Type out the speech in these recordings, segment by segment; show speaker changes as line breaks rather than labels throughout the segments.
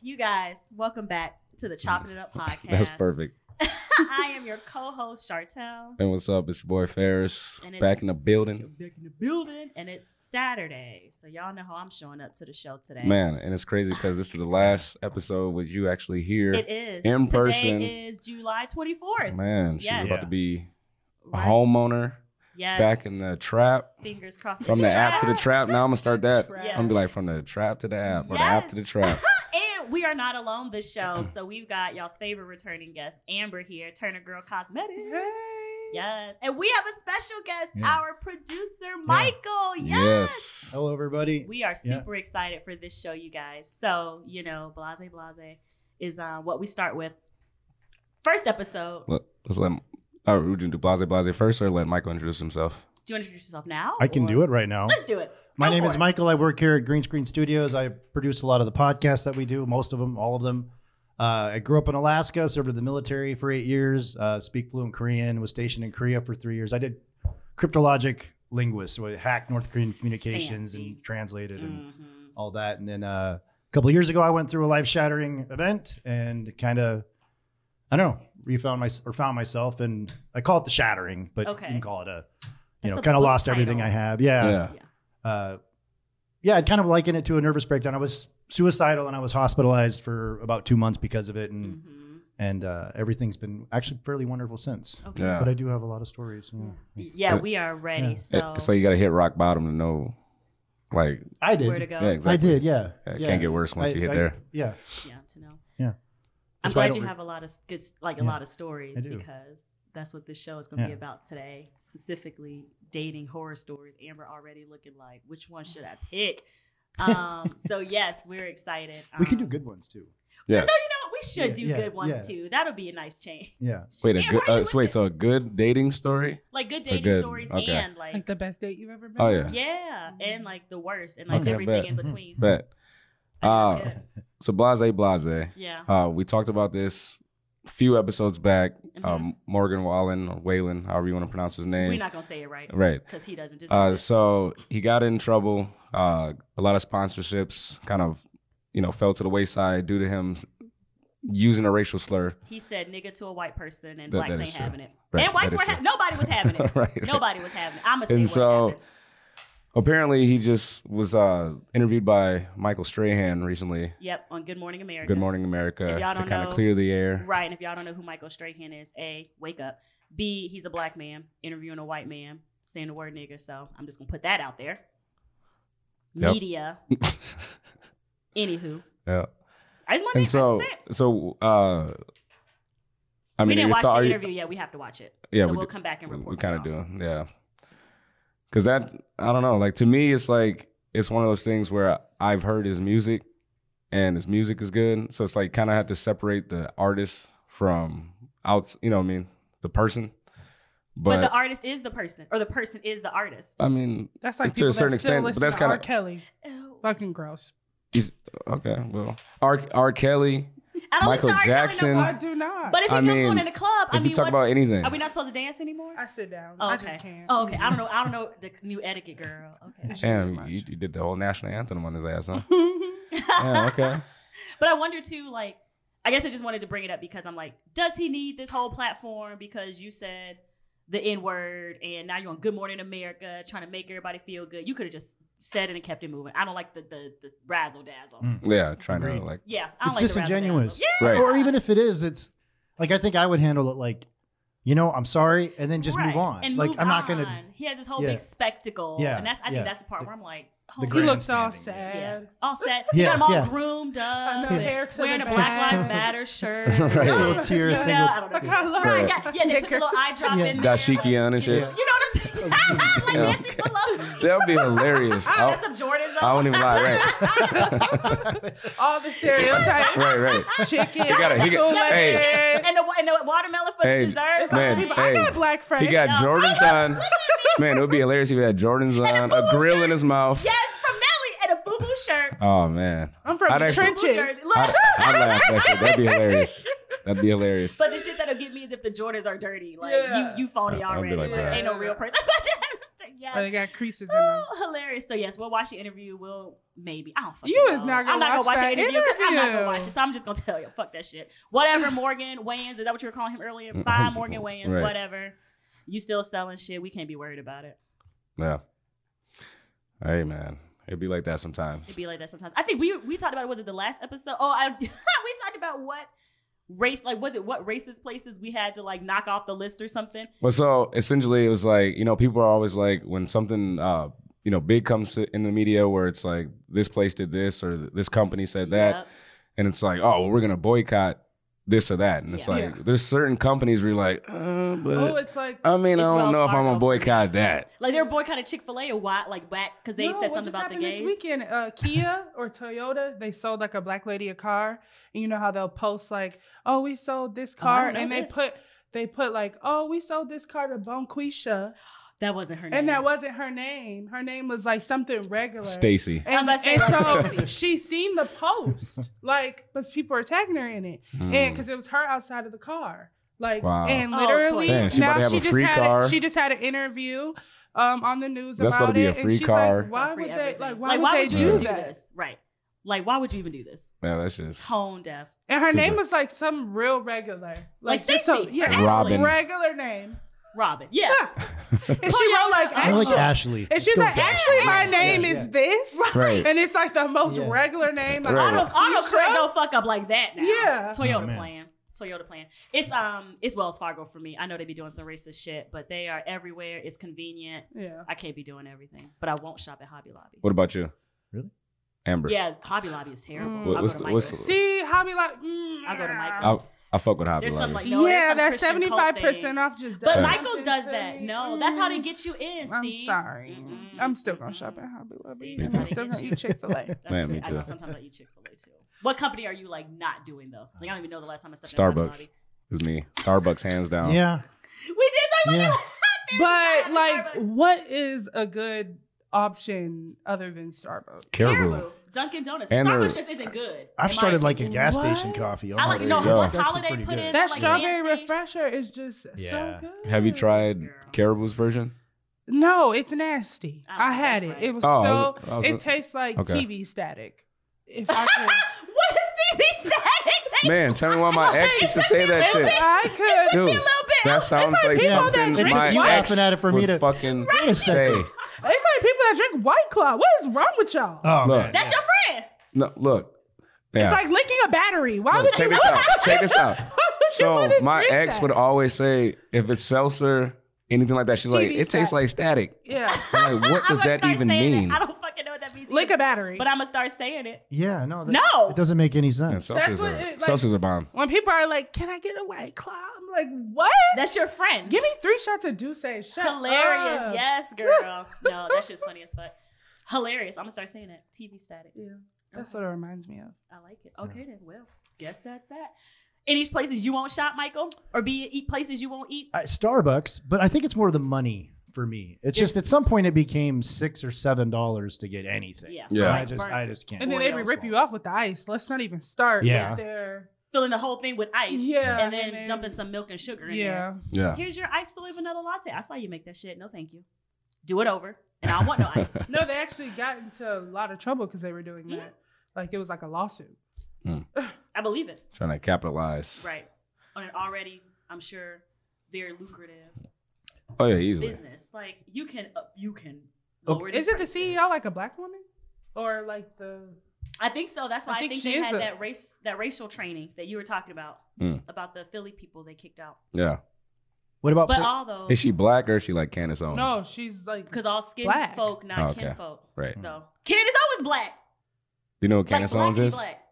You guys, welcome back to the Chopping It Up podcast.
That's perfect.
I am your co-host Chartel.
And what's up? It's your boy Ferris
And it's-
back in the
You're
building,
back in the building, and it's Saturday, so y'all know how I'm showing up to the show today.
man. And it's crazy because this is the last episode with you actually here,
it is
in
Today
person.
is July 24th.
man. She's
Yes.
about to be a
Right?
homeowner
Yes.
back in the trap.
Fingers crossed.
From the app to the trap. Now I'm gonna start that.
Trap.
I'm gonna be like from the trap to the app, or the app to the
Yes. Oh,
trap.
And we are not alone this show, so we've got y'all's favorite returning guest, Amber here, Turner Girl Cosmetics. Yes, and we have a special guest,
Yeah.
our producer Michael. Yes.
yes.
Hello, everybody.
We are
Yeah.
super excited for this show, you guys. So, you know, Blase Blase is uh, what we start with. First episode.
Let, us let. Oh, we gonna do Blase Blase first, or let Michael introduce himself.
Do you want to introduce yourself now?
I can do it right now.
Let's do it.
My
Go
name
for
is
it.
Michael. I work here at Green Screen Studios. I produce a lot of the podcasts that we do, most of them, all of them. Uh, I grew up in Alaska, served in the military for eight years, uh, speak fluent Korean, was stationed in Korea for three years. I did cryptologic linguist, so I hacked North Korean communications
Fancy.
and translated and
Mhm.
all that. And then uh, a couple of years ago, I went through a life shattering event and kind of, I don't know, refound my or found myself. And I call it the shattering, but
Okay.
you can call it a, you
That's
know,
a
kind of
book
lost everything I
title.
have. Yeah. Yeah.
yeah.
Uh, yeah. I'd kind of liken it to a nervous breakdown. I was suicidal and I was hospitalized for about two months because of it. And,
Mhm.
and uh, everything's been actually fairly wonderful since.
Okay.
Yeah.
But I do have a lot of stories. yeah.
Yeah, we are ready.
Yeah.
So,
So you gotta hit rock bottom to know, like,
I
where to
did.
go?
yeah,
I
exactly.
did. Yeah.
Yeah, it can't get worse once
I-
you hit
I-
there.
Yeah.
Yeah, to know.
Yeah.
I'm
That's why I
glad
don't
you
re-
have a lot of s- good, s- like a
Yeah,
lot of stories
I do.
because that's what this show is going to be
Yeah.
about today, specifically dating horror stories. Amber already looking like, which one should I pick? Um, so yes, we're excited.
We can do
Um,
good ones too.
Yes.
No, you know, we should
Yeah,
do
yeah,
good ones
yeah.
too. That'll be a nice change.
Yeah.
Wait, a
Amber,
good.
how you
Uh, so wait,
looking?
so a good dating story.
like good
For
dating
good,
stories
okay.
and like,
Like the best date you've ever been.
Oh,
on?
yeah.
yeah, and like the worst and like
Okay,
everything
bet.
in between.
Bet.
I
Uh,
think that's good.
so blase blase.
yeah.
Uh, we talked about this a few episodes back.
Mhm.
Um, Morgan Wallen or Whalen, however you want to pronounce his name.
We're not gonna say it right
right.
because he doesn't. deserve
Uh,
it.
so he got in trouble. Uh, a lot of sponsorships kind of, you know, fell to the wayside due to him using a racial slur.
He said nigga to a white person and
That-
blacks
that
ain't
is true.
having it.
Right,
and whites
that
were
is
ha-
true.
nobody was having it.
right, right.
Nobody was having it. I'ma say
And
what
so-
happened.
Apparently, he just was uh, interviewed by Michael Strahan recently.
Yep, on Good Morning America.
Good Morning America
If y'all
to
don't
kind of
know-
clear the air.
Right. And if y'all don't know who Michael Strahan is, A, wake up. B, he's a black man interviewing a white man, saying the word nigga. So I'm just gonna put that out there.
Yep.
Media. Anywho.
yeah.
I just wanna make
And
sure
so,
that's it.
so, uh,
we
I mean, are
didn't
your
watch
thou-
the
are you-
interview yet. We have to watch it.
Yeah,
so
we
we'll
do-
come back and
we,
report.
we kind of
to y'all.
do yeah because that i don't know like to me it's like it's one of those things where i've heard his music and his music is good so it's like kind of have to separate the artist from outs you know what i mean the person
But,
but, Uh,
the artist is the person, or the person is the artist.
i mean
That's like
To a
people
certain
that still
extent, but
listen
that's
to
kinda-
R. Kelly. Fucking gross.
okay well r, r kelly
I don't
Michael
listen to R. Kelly no
Jackson.
more.
I do not.
But if he
I
comes
mean,
on in the club, I
if
mean,
you talk
what,
about anything
are we not supposed to dance anymore?
I sit down.
Oh,
I
okay.
just can't.
Oh, okay. I don't know. I don't know the new etiquette, girl. Okay.
Damn, you, you did the whole national anthem on his ass, huh? yeah,
yeah,
okay.
But I wonder too, like, I guess I just wanted to bring it up because I'm like, does he need this whole platform? Because you said the N word, and now you're on Good Morning America, trying to make everybody feel good. You could have just said it and kept it moving. I don't like the the, the razzle dazzle.
Mm.
Yeah, trying to
Agreed.
like
Yeah, I don't
It's
like the
disingenuous.
razzle-dazzle. Yeah.
Right.
or even if it is, it's like I think I would handle it like, you know, I'm sorry, and then just
Right.
move on.
And
like
move
I'm not
on.
gonna.
He has this whole
Yeah.
big spectacle.
Yeah,
And that's I
yeah.
think that's the part where I'm like,
The
homie,
He
grand-
looks all
Grandstanding.
yeah.
sad.
All set. You
Yeah,
got him all
yeah.
groomed
I
up.
know,
and
hair to
Um, Wearing
the
a Black
back.
Lives Matter shirt.
Right.
Little tear,
You know,
single-
I don't know.
Like, I love
Right,
Right.
yeah, yeah, they put the little eye drop
Yeah.
in there.
dashiki on and shit.
Yeah.
You know what I'm saying?
Yeah,
like Nancy
okay.
Pelosi.
That'd be hilarious.
I
I'll-
got some Jordans.
I
on.
won't even lie, right?
all the stereotypes.
right, right.
Chicken.
He got a- he got-
school lunch,
hey.
and
and, the, wa- and the watermelon for
Hey,
the dessert.
it's all
Man,
people-
hey.
I got black friends.
He got
Yeah.
Jordans on. Man, it would be hilarious if he had Jordans
And
on,
a
a
boo-boo
grill
shirt.
in his mouth.
Yes, from Nelly and a boo boo shirt.
Oh man,
I'm from
I'd
the
actually-
Boo
trenches.
jersey. Look,
I I laugh at that shit. That'd be hilarious. That'd be hilarious.
but the shit that'll get me is if the Jordans are dirty. Like
Yeah.
you, you phony
I'll be
already.
like,
Like,
"Bruh."
ain't no real person. Western. Yes.
Or they got creases in them.
Oh, hilarious. So yes, we'll watch the interview. We'll maybe I don't. Fucking
You
know.
is not gonna
I'm not
watch
gonna watch
that
the interview. 'cause I'm not gonna
interview.
watch it. So I'm just gonna tell you, fuck that shit. Whatever, Morgan Wayans. Is that what you were calling him earlier? Bye, Morgan Wayans.
Right.
Whatever. You still selling shit. We can't be worried about it.
Yeah. Hey man, it'd be like that sometimes.
It'd be like that sometimes. I think we we talked about it. Was it the last episode? Oh, I we talked about what race like was it what racist places we had to like knock off the list or something.
Well, so essentially, it was like you know, people are always like when something uh, you know big comes to, in the media where it's like this place did this or this company said that,
Yep.
and it's like oh, well, we're gonna boycott this or that, and it's
Yeah.
like there's certain companies where you're like, uh,
Oh,
but
it's like
I mean, I
It's
don't
Wells
know if I'm
Fargo.
gonna boycott that.
Like they were boycotting Chick Fil A or why like whack because they
No,
said
what
something
just
about the
happened
gays.
This weekend, uh, Kia or Toyota, they sold like a black lady a car, and you know how they'll post like, "Oh, we sold this car,"
know
and they
this.
put they put like, "Oh, we sold this car to Bonquisha,"
That wasn't her name.
and that wasn't her name. Her name was like something regular.
Stacy.
And,
Unless they
and
were
so
sexy.
she seen the post, like, but people are tagging her in it, and because it was her outside of the car, like,
Mm. Wow.
and
Oh,
literally
Damn,
she about to
now
have
she
a
just
free
had
car.
A, she just had an interview um, on the news
That's
about
gotta be a
it,
free
and she's
car.
like, why
About free
would they
everything.
like why would they
you
do
even
that?
this? Right. Like, why would you even do this?
Yeah, that's just
Tone deaf.
And her
Super.
name was like some real regular,
Like
just so-
Stacey,
yeah,
or
Robin.
Ashley.
regular name.
Robin. Yeah.
and she wrote like
I like
Ashley.
Ashley.
and
Let's
she's
go
like,
with
actually, my
Yeah,
name
yeah.
is this,
right.
and it's like the most
Yeah.
regular name. Like,
Right.
Auto, auto
Keisha?
correct don't fuck up like that now.
Yeah.
Oh,
Toyota
man.
plan. Toyota plan. It's um it's Wells Fargo for me. I know they be doing some racist shit, but they are everywhere. It's convenient.
Yeah.
I can't be doing everything. But I won't shop at Hobby Lobby.
What about you?
Really?
Amber.
Yeah, Hobby Lobby is terrible.
Mm.
I'll,
What's
go
the-
to
what's
Michael's.
See, Hobby Lobby. mm,
I'll go to
I,
Michael's.
I fuck with Hobby
There's some like
Lobby.
no,
yeah,
there's
that
some Christian
seventy
cult
five
thing.
percent off just.
But
does
Michael's
something
does
to
that.
me.
No, that's how they
Mm.
get you in.
I'm
see?
sorry.
Mm-mm.
I'm still gonna
Mm-mm.
shop at Hobby Lobby.
See,
Me too.
I'm still gonna eat Chick Fil A.
That's
Man, me
good. I know
too.
sometimes I eat Chick Fil A too. What company are you like not doing though? Like I don't even know the last time I stepped At Hobby
Starbucks.
Lobby.
It's me. Starbucks, hands down.
Yeah.
we did talk about
Yeah.
that.
But like,
Starbucks.
what is a good option other than Starbucks?
Caribou.
Dunkin' Donuts.
And they're-
Starbucks just isn't good.
I've
in my
started liking
opinion.
gas
What?
station coffee. Oh
I like-
my
you know,
God.
once
That's actually
holiday
pretty
put
good.
in-
That
Like
strawberry
fancy?
refresher is just
Yeah.
so good.
Have you tried
Girl.
Caribou's version?
No, it's nasty.
I don't
I,
think
had
Oh, that's
it.
right.
It was
Oh, I
so.
was- I was-
it tastes like
okay.
TV static. If I could,
What is TV static?
Man, tell me why my ex used to say that
if
shit.
I could,
Dude,
a little bit.
that sounds like
people that
something
drink
my
You wine.
ex
laughing at it for me
would
to-
fucking
Wait a
say.
second.
it's like people that drink White Claw. What is wrong with y'all?
Oh,
Look.
man.
That's your friend.
No, look.
It's
Yeah.
like licking a battery. Why
Look,
would
check
you?
this out. Check this out.
Why would you
So
wanna
my
drink
ex
that?
would always say if it's seltzer, anything like that, she's like,
TV
it tastes
static.
like static.
Yeah,
I'm like, what
I'm
does
gonna
that
start
even
saying it.
mean?
I don't fucking know what that means.
lick
either,
a battery.
But I'm gonna start saying it.
Yeah, no. that-
No.
It doesn't make any
Man,
sense.
seltzers,
what
are,
it- like-
seltzers are bomb.
when people are like, "Can I get a White Claw?" I'm like, "What?
That's your friend.
Give me three shots of Douce. Shut
Hilarious.
up.
Yes, girl. no, that shit's funny as fuck. Hilarious. I'm gonna start saying it. TV static.
Yeah, that's what it reminds me of.
I like it. Okay then. Well, guess that's that. Any places you won't shop, Michael, or be eat places you won't eat.
I, Starbucks, but I think it's more the money for me. It's just at some point it became six or seven dollars to get anything.
Yeah.
Yeah.
I just, I just can't.
And then they
Oreos
rip you off with the ice. Let's not even start.
Yeah.
with their-
Filling the whole thing with ice.
Yeah,
And then dumping some milk and sugar in there.
Yeah,
Yeah.
Here's your iced soy vanilla latte. I saw you make that shit. No, thank you. Do it over. And I don't want no ice.
no, they actually got into a lot of trouble because they were doing
Mhm.
that. Like it was like a lawsuit.
I believe it.
Trying to capitalize.
Right. On an already, I'm sure, very lucrative
Oh yeah, easily.
business. Like you can uh, you can
Okay.
lower
Is
these
it the E
prices.
CEO like a black woman, or like the?
I think so. That's why
I
I
think
think,
she
they
is
had
a-
that race that racial training that you were talking about.
Mm.
About the Philly people they kicked out.
Yeah.
What about
But
pla-
all those
Is she black or is she like Candace Owens?
No, she's like
Because all skin
Black.
folk, not
Oh, okay.
kin folk.
Right.
Though. Kin is always black.
Do you know who Candace
like,
Owens
black be
is?
Black.
Do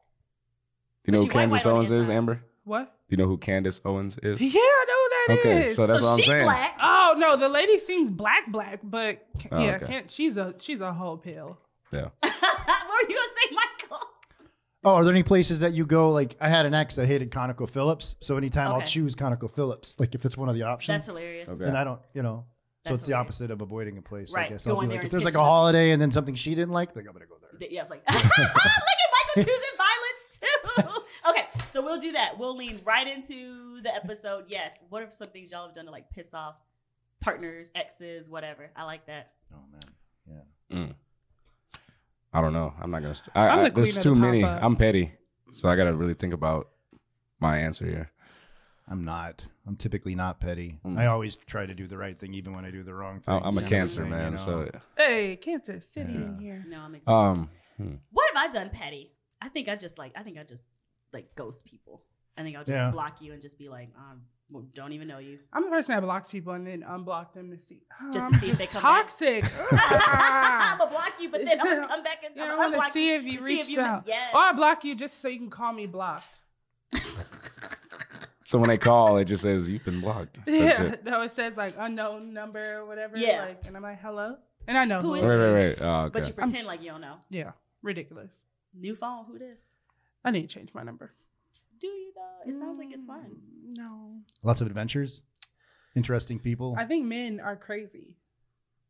you know
But
who
she white,
Candace
white on the
Owens is,
inside.
Amber? Do
what?
you know who Candace Owens is?
Yeah, I know who that is.
Okay, so that's
so
what I'm
she
saying.
black.
Oh no, the lady seems black, black, but c-
Oh,
yeah,
okay.
can't, she's a she's a whole pill.
what were you gonna say, Michael?
Oh, are there any places that you go? Like, I had an ex that hated Conoco Phillips, so anytime I'll
Okay.
choose Conoco Phillips, like if it's one of the
That's
options,
hilarious.
Okay.
and I don't, you know, so
That's
it's the
hilarious.
opposite of avoiding a place. I
Right,
guess
go
I'll be
in
like,
there
if there's like a
intentionally.
holiday and then something she didn't like, like I'm gonna go there.
Th- Yeah, like look at Michael choosing violence too. okay, so we'll do that. We'll lean right into the episode. Yes. What are some things y'all have done to like piss off partners, exes, whatever. I like that.
Oh man.
I don't know. I'm not gonna. St- I,
I'm
I,
the queen
there's
of
too
the
many.
pop-up.
I'm petty, so I gotta really think about my answer here.
I'm not. I'm typically not petty.
Mm.
I always try to do the right thing, even when I do the wrong thing.
I- I'm a
you know,
cancer
thing, you
man,
know?
so
Hey, Cancer City
Yeah.
in here.
No, I'm exhausted.
um,
what have I done, Patty? I think I just like I think I just like ghost people. I think I'll just
Yeah.
block you and just be like, um, well, don't even know you.
I'm the person that blocks people and then unblock them to see. Oh,
Just
I'm
to see if they come back.
toxic.
I'm gonna block you, but then I'm gonna come back and
Yeah, I
I'm
wanna
gonna unblock
see if you
to
reached
ma-
out. Oh,
Yes.
or I block you just so you can call me blocked.
so when they call, it just says you've been blocked. That's
Yeah,
it.
no, it says like unknown number or whatever.
Yeah.
Like, and I'm like, hello? And I know
Who
who
is
it
Right,
is.
right, right. Oh,
But
okay.
you pretend like you don't know.
Yeah, ridiculous.
New phone, who this?
I need to change my number.
Do you though? It sounds like it's fun.
Mm, No.
Lots of adventures, interesting people.
I think men are crazy.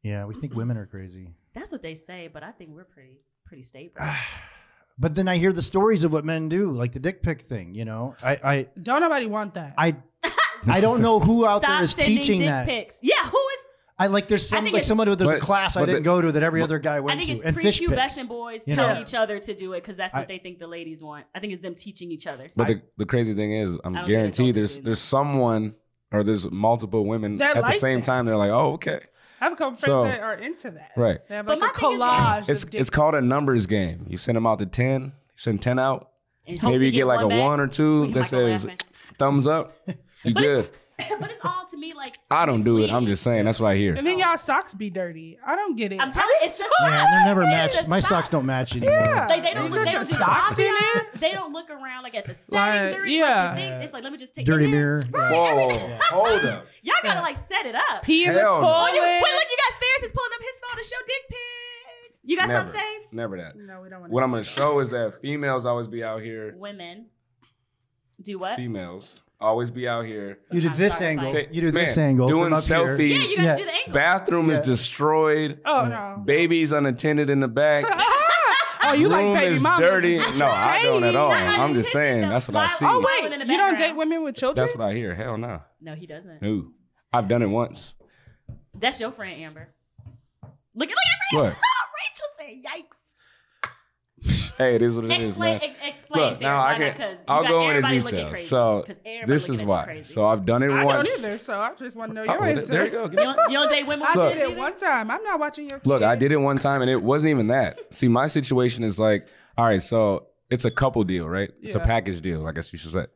yeah, we think women are crazy.
That's what they say, but I think we're pretty pretty stable.
Ah, but then I hear the stories of what men do, like the dick pic thing. You know, I
Don't nobody want that.
I I, I don't know who out there
Stop
is
sending
teaching
dick
that.
pics. Yeah, who is?
I like there's
I
some
think
like
it's-
someone with a
But-
class I
but
didn't
the-
go to that every
but-
other guy
I
went
think it's
to, and fish pics.
prepubescent boys
you
tell
know?
each other to do it because that's what
I-
they think the ladies want. I think it's them teaching each other.
But the, the crazy thing is,
I don't
I'm
think I told
guaranteed there's
you.
there's someone or there's multiple women
They're
at the
like
same
that.
time. They're like, oh, okay,
I have a couple friends
So-
that are into that.
right.
They have
But
like a
my thing is, like-
collage. of
It's
dick
it's called a numbers game. You send them out to ten. You send ten out.
And hope
Maybe
to
you get like a
back.
one or two
Michael
that says
Raffman.
thumbs up. You
But it's-
good.
but it's all to me like
I don't do it. I'm
misleading.
just saying. That's what I hear.
And then y'all socks be dirty. I don't get it.
I'm telling you, it's just
Yeah, they're never
It's
matched.
just
My socks don't match anymore.
Yeah.
Like they don't
You
look.
got
They
your
don't, do the
socks in
ambiance. they don't look around like at the settings.
Like,
They're-
yeah.
Like, the thing- it's like let me just take
Dirty
it down.
mirror.
Right.
Whoa,
Yeah.
hold up.
Y'all gotta like set it up.
pee in the
Hell no.
Oh,
toilet.
you, wait, look, you guys, Ferris is pulling up his phone to show dick pics. You got
Never,
something saved?
never that.
no, we don't want
What I'm gonna show is that females always be out here.
Women do what?
Females always be out here.
You do
I'm
this
sorry,
angle.
Take-
You do this
man,
angle.
doing
from up here.
Yeah,
selfies.
you gotta
Yeah.
do the angle.
Bathroom is
Yeah.
destroyed.
Oh no.
Babies unattended in the back.
oh, you
Room
like baby
is
mamas.
dirty.
Is what
No,
you're
I don't at
saying.
all.
Not
I'm
unattended,
just saying,
though.
that's what I
Slide-
see.
Oh
In the
wait, you don't
background.
date women with children?
That's what I hear. Hell no.
No, he doesn't.
No. I've done it once.
That's your friend Amber. Look at look at Rachel.
What?
Rachel said, "Yikes."
Hey, it is what it is,
Explain,
man.
ex- explain.
Look, now I can-
Because
I'll
you got
go into
everybody looking
detail.
Crazy,
So,
'Cause everybody
This
looking
is
at you
why.
crazy.
So I've done it
I
once.
don't either, so I just want to know
Oh,
your
well,
answer.
there you go. Get
you, don't, you don't date women.
I
with
Look.
did
kids
it
either?
one time. I'm not watching your
Look, I
kid.
did it one time and it wasn't even that. See, my situation is like, all right, so it's a couple deal, right? It's a
Yeah.
package deal, I guess you should say.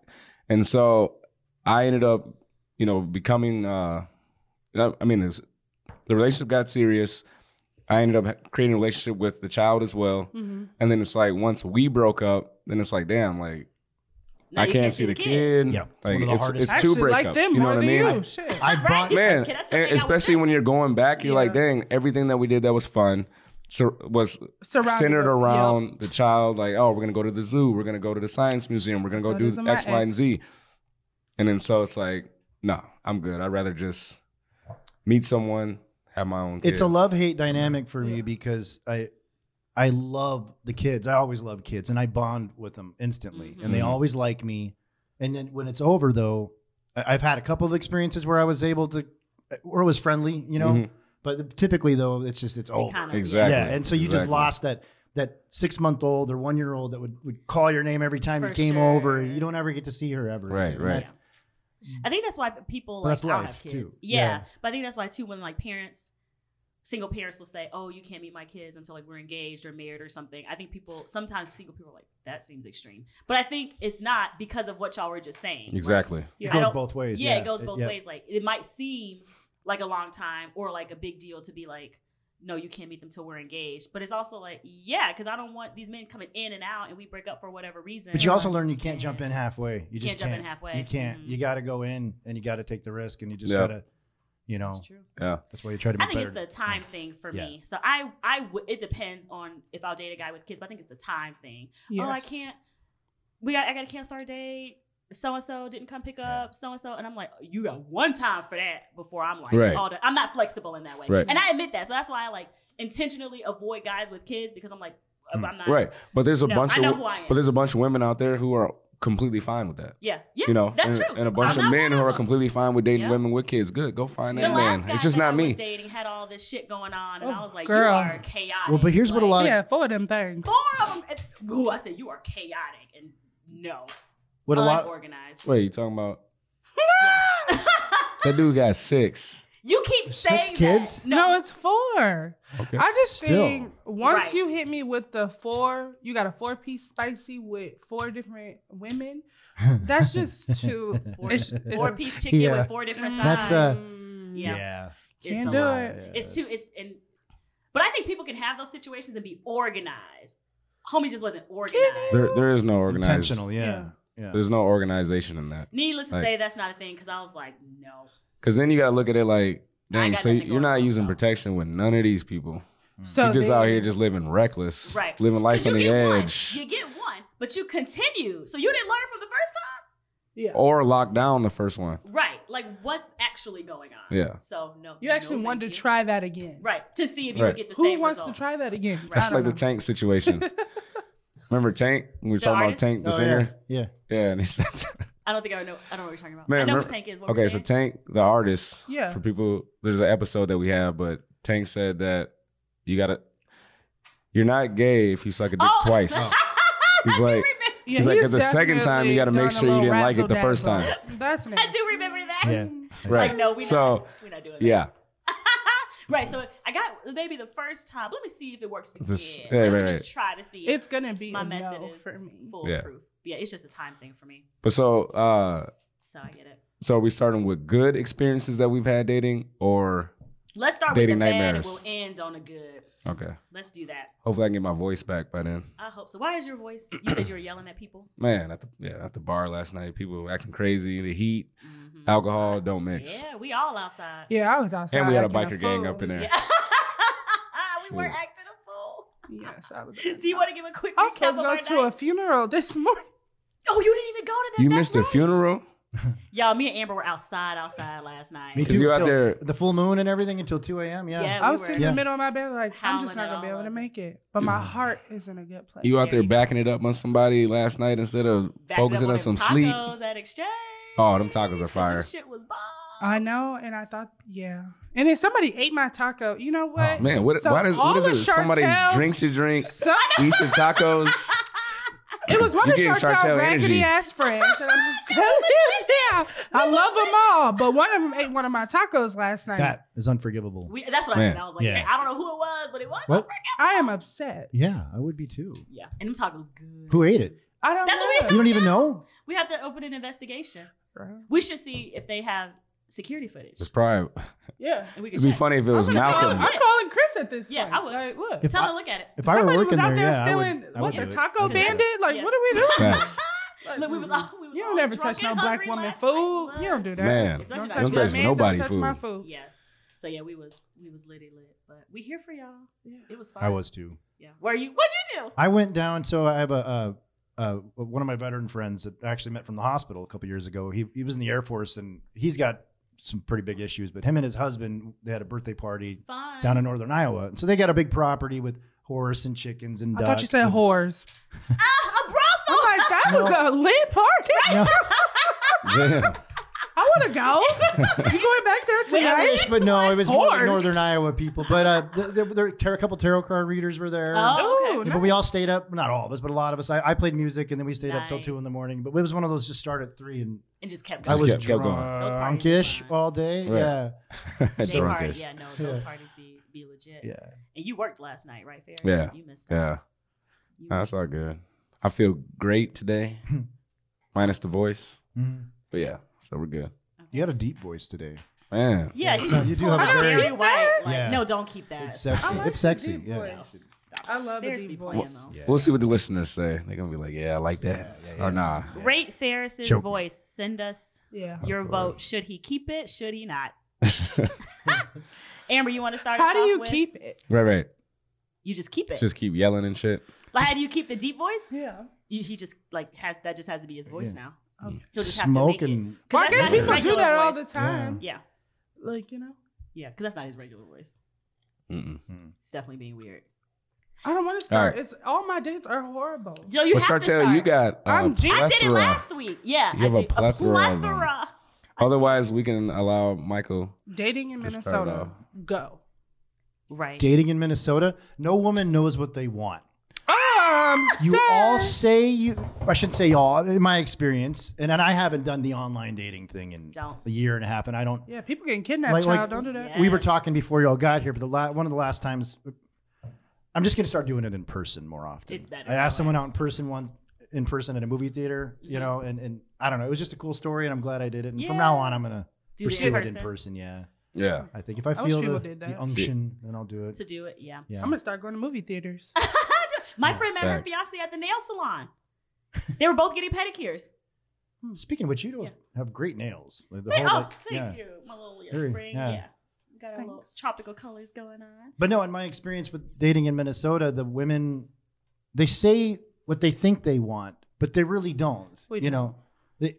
And so I ended up, you know, becoming uh I I mean, it's, the relationship got serious. I ended up creating a relationship with the child as well.
Mhm.
And then it's like once we broke up, then it's like, damn, like
No,
I
you
can't, see the
kid.
kid.
Yeah, it's one
Like
of the
it's,
hardest-
it's
I
two
actually like
breakups.
them
you know
more
what I
than
mean?
You. Shit.
I brought.
man,
Okay, that's the
and
thing I was
especially
doing.
when you're going back, you're like,
Yeah.
dang, everything that we did that was fun so, was
Surrounded
centered
by-
around the child. Like, oh, we're gonna go to the zoo, we're gonna go to the science museum, we're gonna go
So
do
these are my
X, Y, and
ex.
Z. And then so it's like, no, I'm good. I'd rather just meet someone, have my own. Kids.
It's a love hate dynamic for me
Yeah.
because I, I love the kids. I always love kids, and I bond with them instantly, and they
Mhm.
always like me. And then when it's over, though, I- I've had a couple of experiences where I was able to, or was friendly, you know.
Mhm.
But typically, though, it's just it's over.
kinda-
Exactly.
Yeah, and so you just
Exactly.
lost that that six month old or one year old that would, would call your name every time
For
you came
sure.
over. You don't ever get to see her ever.
Right,
And
right.
that's-
I think that's why people
But
like
that's
I don't
life,
have kids.
too.
Yeah.
Yeah.
but I think that's why too when like parents, single parents will say, "Oh, you can't meet my kids until like we're engaged or married or something." I think people sometimes single people are like that seems extreme, but I think it's not because of what y'all were just saying. right?
Exactly.
It
Yeah.
I
goes
don't-
both ways.
Yeah, it goes both
yeah.
ways. Like it might seem like a long time or like a big deal to be like, no, you can't meet them till we're engaged. But it's also like, yeah, because I don't want these men coming in and out and we break up for whatever reason.
But you also
Like,
learn you can't jump in halfway. You
You
just
can't jump in
can't.
halfway.
You can't.
Mhm.
You got to go in and you got to take the risk and you just
Yeah.
got to, you know,
It's true.
that's why you try to be
I think
better.
it's the time thing for
Yeah.
me. So I, I, w- it depends on if I'll date a guy with kids. But I think it's the time thing. Oh, I
Yes.
can't. We got. I got to cancel our date. So and so didn't come pick
Yeah.
up. So and so, and I'm like, you got one time for that. Before I'm like,
Right.
all done. I'm not flexible in that way,
Right.
and I admit that. So that's why I like intentionally avoid guys with kids because I'm like,
Mm.
I'm not
Hmm. Right. But there's a
No,
bunch
I
of
know who I am.
but there's a bunch of women out there who are completely fine with that.
Yeah, yeah,
you know,
that's
and,
true.
and a bunch
I'm
of
not
men
one
who are
them.
completely fine with dating
Yeah.
women with kids. Good, go find
The
that
last
man.
guy
It's just
that I
not me.
Was dating had all this shit going on, and
Oh,
I was like,
girl.
"You are chaotic."
Well, but here's what a
Like,
lot of
Yeah, four of them things.
four of them. Ooh, I said you are chaotic, and no,
what a lot
unorganized.
Wait, you talking about
Yes.
that dude got six?
you keep
Six
saying that.
kids?
No, it's four.
Okay,
I just
Still.
think once
Right.
you hit me with the four, you got a four piece spicy with four different women. That's just too.
Four,
It's- it's-
four piece chicken
Yeah.
with four different
Mm,
sides.
That's, uh,
Yeah. It's
Can't
a
do
lot.
it.
It's too. It's and. But I think people can have those situations and be organized. Homie just wasn't organized.
there there is no organized.
intentional. Yeah, yeah.
There's no organization in that.
Needless to
Like-
say, that's not a thing because I was like, no.
Because then you gotta look at it like,
I ain't
dang,
got
so
nothing
you're
going
not
on,
using
so.
protection with none of these people.
So
Mm.
you're just
then-
out here just living reckless,
Right.
living life
'Cause
on
you
the
get
edge,
One. You get one, but you continue. So you didn't learn from the first time?
Yeah.
or locked down the first one.
Right. Like what's actually going on?
Yeah.
So no.
You actually
no,
want to
thank you.
try that again.
Right. To see if you
Right.
would get the
Who
same
wants
result.
to try that again?
Right.
That's
I don't
like the
know.
Tank situation. Remember Tank? We were
The
talking
artist?
about Tank, the
Oh, yeah,
singer.
yeah.
Yeah. and he said,
I don't think I know I don't know what you're talking about.
Man,
I know
remember-
what tank is. What
okay,
we're
so
saying.
Tank, the artist.
Yeah.
For people, there's an episode that we have, but Tank said that you gotta, you're not gay if you suck a dick
Oh.
twice. He's like,
Yeah,
he's like,
he's
because the second time you got to
definitely
make
done a
sure you
little
didn't like it the first time.
razzle-dazzle. That's
I
nasty.
do remember that.
Yeah.
Right.
Like, no, we
So,
not, we're not doing that.
Yeah.
right. So I got maybe the first time. Let me see if it works again.
This- yeah,
Let me
right,
just try to see. if
It's gonna be
my
a
method
no
is
for me.
foolproof. Yeah. It's just a time thing for me.
But so, uh,
So I get it.
so are we starting with good experiences that we've had dating, or
Let's start
Dating
with the bad and
nightmares.
we'll end on a good.
okay?
Let's do that.
Hopefully, I can get my voice back by then.
I hope so. Why is your voice? You said you were yelling at people.
Man, at the yeah, at the bar last night, people were acting crazy. The heat,
Mhm.
alcohol, don't mix.
Yeah, we all outside.
Yeah, I was outside.
And we had a
acting
biker gang up
fool.
in there.
Yeah. we were
Yeah.
acting a fool.
Yes, I was.
Do you want to give a quick
I was
recap
supposed
of
to
our
go
night?
to a funeral this morning.
oh, you didn't even go to that.
You
That's
missed a
right.
funeral.
Y'all, me and Amber were outside, outside last night.
Me
Because you're out
till-
there-
the full moon and everything until two a.m. Yeah.
Yeah,
I
we
was
were-
sitting in
Yeah.
the middle of my bed, like I'm just
Howling
not
it
gonna be
all
able to
up.
make it. But my heart is in a good place.
You out
There
there
you go.
backing it up on somebody last night instead of
Backed
focusing
up
on,
them
some
tacos
sleep.
At exchange.
Oh, them tacos are fire.
That Shit was bomb.
I know, and I thought, yeah. And then somebody ate my taco. You know what?
Oh, man, what,
So
why does, what
all
is it?
of
Somebody
Chantel's-
drinks your drink,
So,
eats your tacos.
it was one
You
of
getting
Chartel's
Chantel
raggedy
energy.
ass friends, and I'm just telling you, yeah, I love them all. But one of them ate one of my tacos last night.
That is unforgivable.
We, that's what I
Man.
said. I was like,
Yeah.
I don't know who it was, but it was.
What?
I am upset.
yeah, I would be too.
Yeah, and them tacos good.
Who ate it?
I don't.
That's what
know.
we-
You don't even know.
We have to open an investigation.
Bro.
We should see if they have security footage.
It's probably,
Yeah.
And we can
it'd be
check.
funny if it was
I'm, gonna call-
Malcolm.
I'm calling Chris at this
Yeah,
point.
I would.
Like, look.
If
Tell
I-
them to look at it.
If I
Somebody
were
was
working
out
there,
there
yeah, I
stealing
would- I would
what
do
the
it.
taco
Yeah.
bandit? Like,
Yeah.
what are we doing?
Facts.
Like,
Look, we was all. We was
you
all
don't ever
drunk
touch no
and
black
hungry
woman
last
food.
night.
You don't do that.
Man,
It's such
don't
a
touch
touch
my
my
man.
nobody
don't touch
food.
my food.
Yes. So yeah, we was we was litty lit, but we here for y'all.
Yeah.
It was fun.
I was too.
Yeah. Were you? What'd you do?
I went down. So I have a, a, a one of my veteran friends that I actually met from the hospital a couple years ago. He he was in the Air Force and he's got some pretty big issues. But him and his husband they had a birthday party
Fun.
down in northern Iowa, and so they got a big property with horse and chickens and
I
ducks.
thought you said
and-
whores.
ah, a brothel.
I'm like, that
No.
was a lit party.
No,
Yeah.
I want to go. you going back there tonight?
but no, it was more like
Horse.
northern Iowa people. But uh, there, there, there were a couple tarot card readers were there.
Oh,
Ooh,
okay.
Yeah, but we all stayed up, not all of us, but a lot of us. I, I played music and then we stayed up till
Nice.
two in the morning. But it was one of those just start at three and
And just kept.
I
Going.
was
kept- kept going.
Those parties were
drunkish
fun.
all day.
Right.
Yeah.
They
Drunk
party,
ish.
yeah, no, those
Yeah.
parties be be legit.
Yeah.
And you worked last night, right, Fair?
Yeah.
You missed. out.
Yeah.
You
Nah,
missed
that's all good. I feel great today, minus the voice. But yeah, so we're good.
out.
Mm-hmm. You had a deep voice today.
Man,
Yeah,
So you do have
I
a
don't
very.
really-
white. Like,
Yeah.
No, don't keep that.
It's sexy.
I like
it's
the
sexy.
deep
Yeah.
voice. I love the
Ferris
deep
be
voice.
playing though.
yeah.
we'll see what the listeners say. They're going to be like, yeah, I like that.
Yeah, yeah,
Or
yeah.
nah.
Yeah.
Rate Ferris's
Joke.
voice. Send us
Yeah.
your
Okay.
vote. Should he keep it? Should he not? Amber, you want to start?
How
us
do
off
you
with-
keep it?
right, right.
You just keep it.
Just keep yelling and shit.
like, how do you keep the deep voice?
Yeah.
You, he just like has that. Just has to be his voice
Yeah.
now.
Oh.
Okay.
He'll just have to make it.
Smoking.
'Cause
Well, I
that's
guess
not his
people do
regular
that all the
voice.
time.
Yeah,
Like, you know.
yeah, because that's not his regular voice.
Mm-mm.
It's definitely being weird.
I don't want to start.
right.
It's all my dates are horrible.
So you have
Well,
to
Chartel,
start.
you got a
I'm Jan-
I did it
plethora.
last week. Yeah,
You have
I
a
did.
plethora
A
of them.
plethora.
Otherwise, we can allow Michael.
Dating in
To start uh,
Minnesota, go.
Right.
Dating in Minnesota, no woman knows what they want.
Um,
You
sir.
all say you. I shouldn't say y'all. In my experience, and, and I haven't done the online dating thing in
Don't.
a year and a half, and I don't.
Yeah, people getting kidnapped,
Like- like-
child. don't do that.
Yeah.
We were
Yes.
talking before y'all got here, but the la- one of the last times, I'm just gonna start doing it in person more often.
It's better
I
that
asked
way. Mm-hmm.
someone out in person once, in person at a movie theater, you know, and and I don't know. It was just a cool story, and I'm glad I did it. And from
Yeah.
now on, I'm gonna
Do the
pursue
in
it in
person.
person. Yeah,
Yeah.
I think if I
I wish
feel
people
the,
did
the
that.
unction, then I'll do it.
To do it, yeah.
Yeah.
I'm gonna start going to movie theaters.
My
Yeah,
friend met her
facts.
fiance at the nail salon. They were both getting pedicures.
Speaking of which, you do
Yeah.
have great nails. Like the
They-
whole,
oh,
like,
thank
yeah.
you. My little yeah,
Very-
spring,
yeah.
yeah. Got our little
Thanks.
tropical colors going on.
But no, in my experience with dating in Minnesota, the women they say what they think they want, but they really don't.
We
you know, they,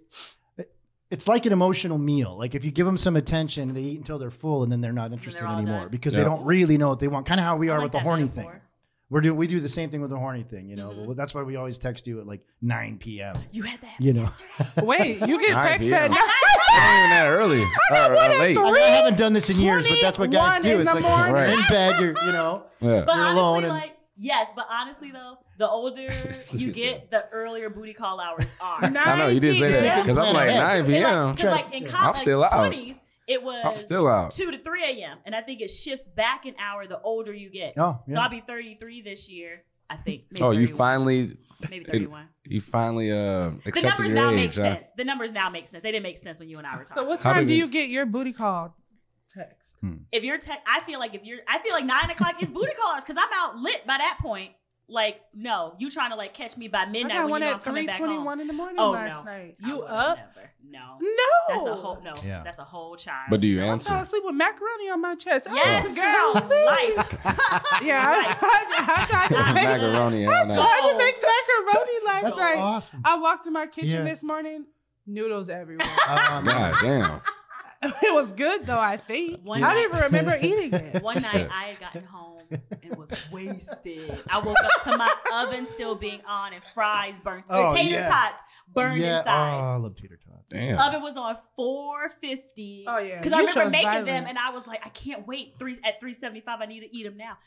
it- it's like an emotional meal. Like if you give them some attention, they eat until they're full, and then they're not interested
all
anymore
done.
because
Yeah.
they don't really know what they want. Kind of how we
I
are
like
with the
that
horny
metaphor.
thing. We're do we do the same thing with the horny thing. You know,
Mhm.
Well, that's why we always text you at like 9 p.m.
You had that
You know.
yesterday.
Wait, you get
Nine
text
PM.
that now?
Not even that early. Or, or late.
I, I haven't done this in years, but that's what guys
21
do.
in
It's
the
like
morning.
Right.
you're in bed, you're you know.
Yeah.
But
You're
honestly,
alone and-
like yes, but honestly though, the older you get, the earlier booty call hours are.
Nine
I know you did say that
PM.
because I'm like 9
Yeah.
And, like,
p.m.
'cause, like in
I'm
college,
still out.
twenties, it was
I'm still out.
two to three a.m. And I think it shifts back an hour the older you get.
Oh, yeah.
So I'll be thirty three this year. I think. Maybe
Oh, you
31.
finally,
maybe thirty one.
you finally uh,
The
accepted
numbers
your
now make
age. huh?
sense. The numbers now make sense. They didn't make sense when you and I were talking.
So what
How
time
did
do
it-
you get your booty call text?
if you're tech, I feel like if you're, I feel like nine o'clock is booty callers because I'm out lit by that point. Like, no, you trying to like catch me by
I
midnight
got
when you
one
know I'm
at
coming
three
back home.
twenty-one in the morning
Oh
last
no,
night.
I
You
would
up?
Never. No,
No,
that's a whole no.
Yeah.
That's a whole child.
But do you
I'm falling
answer?
asleep with macaroni on my chest.
yes, girl,
absolutely.
life.
Yeah,
Life.
I, I, I tried to make,
Macaroni all
I
night.
tried to make macaroni last
That's
night.
awesome.
I walked in my kitchen
Yeah.
this morning, noodles everywhere.
Um,
God damn.
it was good though, I think.
One
I
night-
didn't even remember eating it.
One night I had gotten home and was wasted. I woke up to my oven still being on and fries burnt, or
Oh,
tater
yeah.
tots burned
yeah,
inside.
Oh, I love teeter tots.
Damn.
oven was on 450.
Oh, yeah.
Because I
You
remember
chose
making them
violence.
and I was like, I can't wait. Three at 375, I need to eat them now.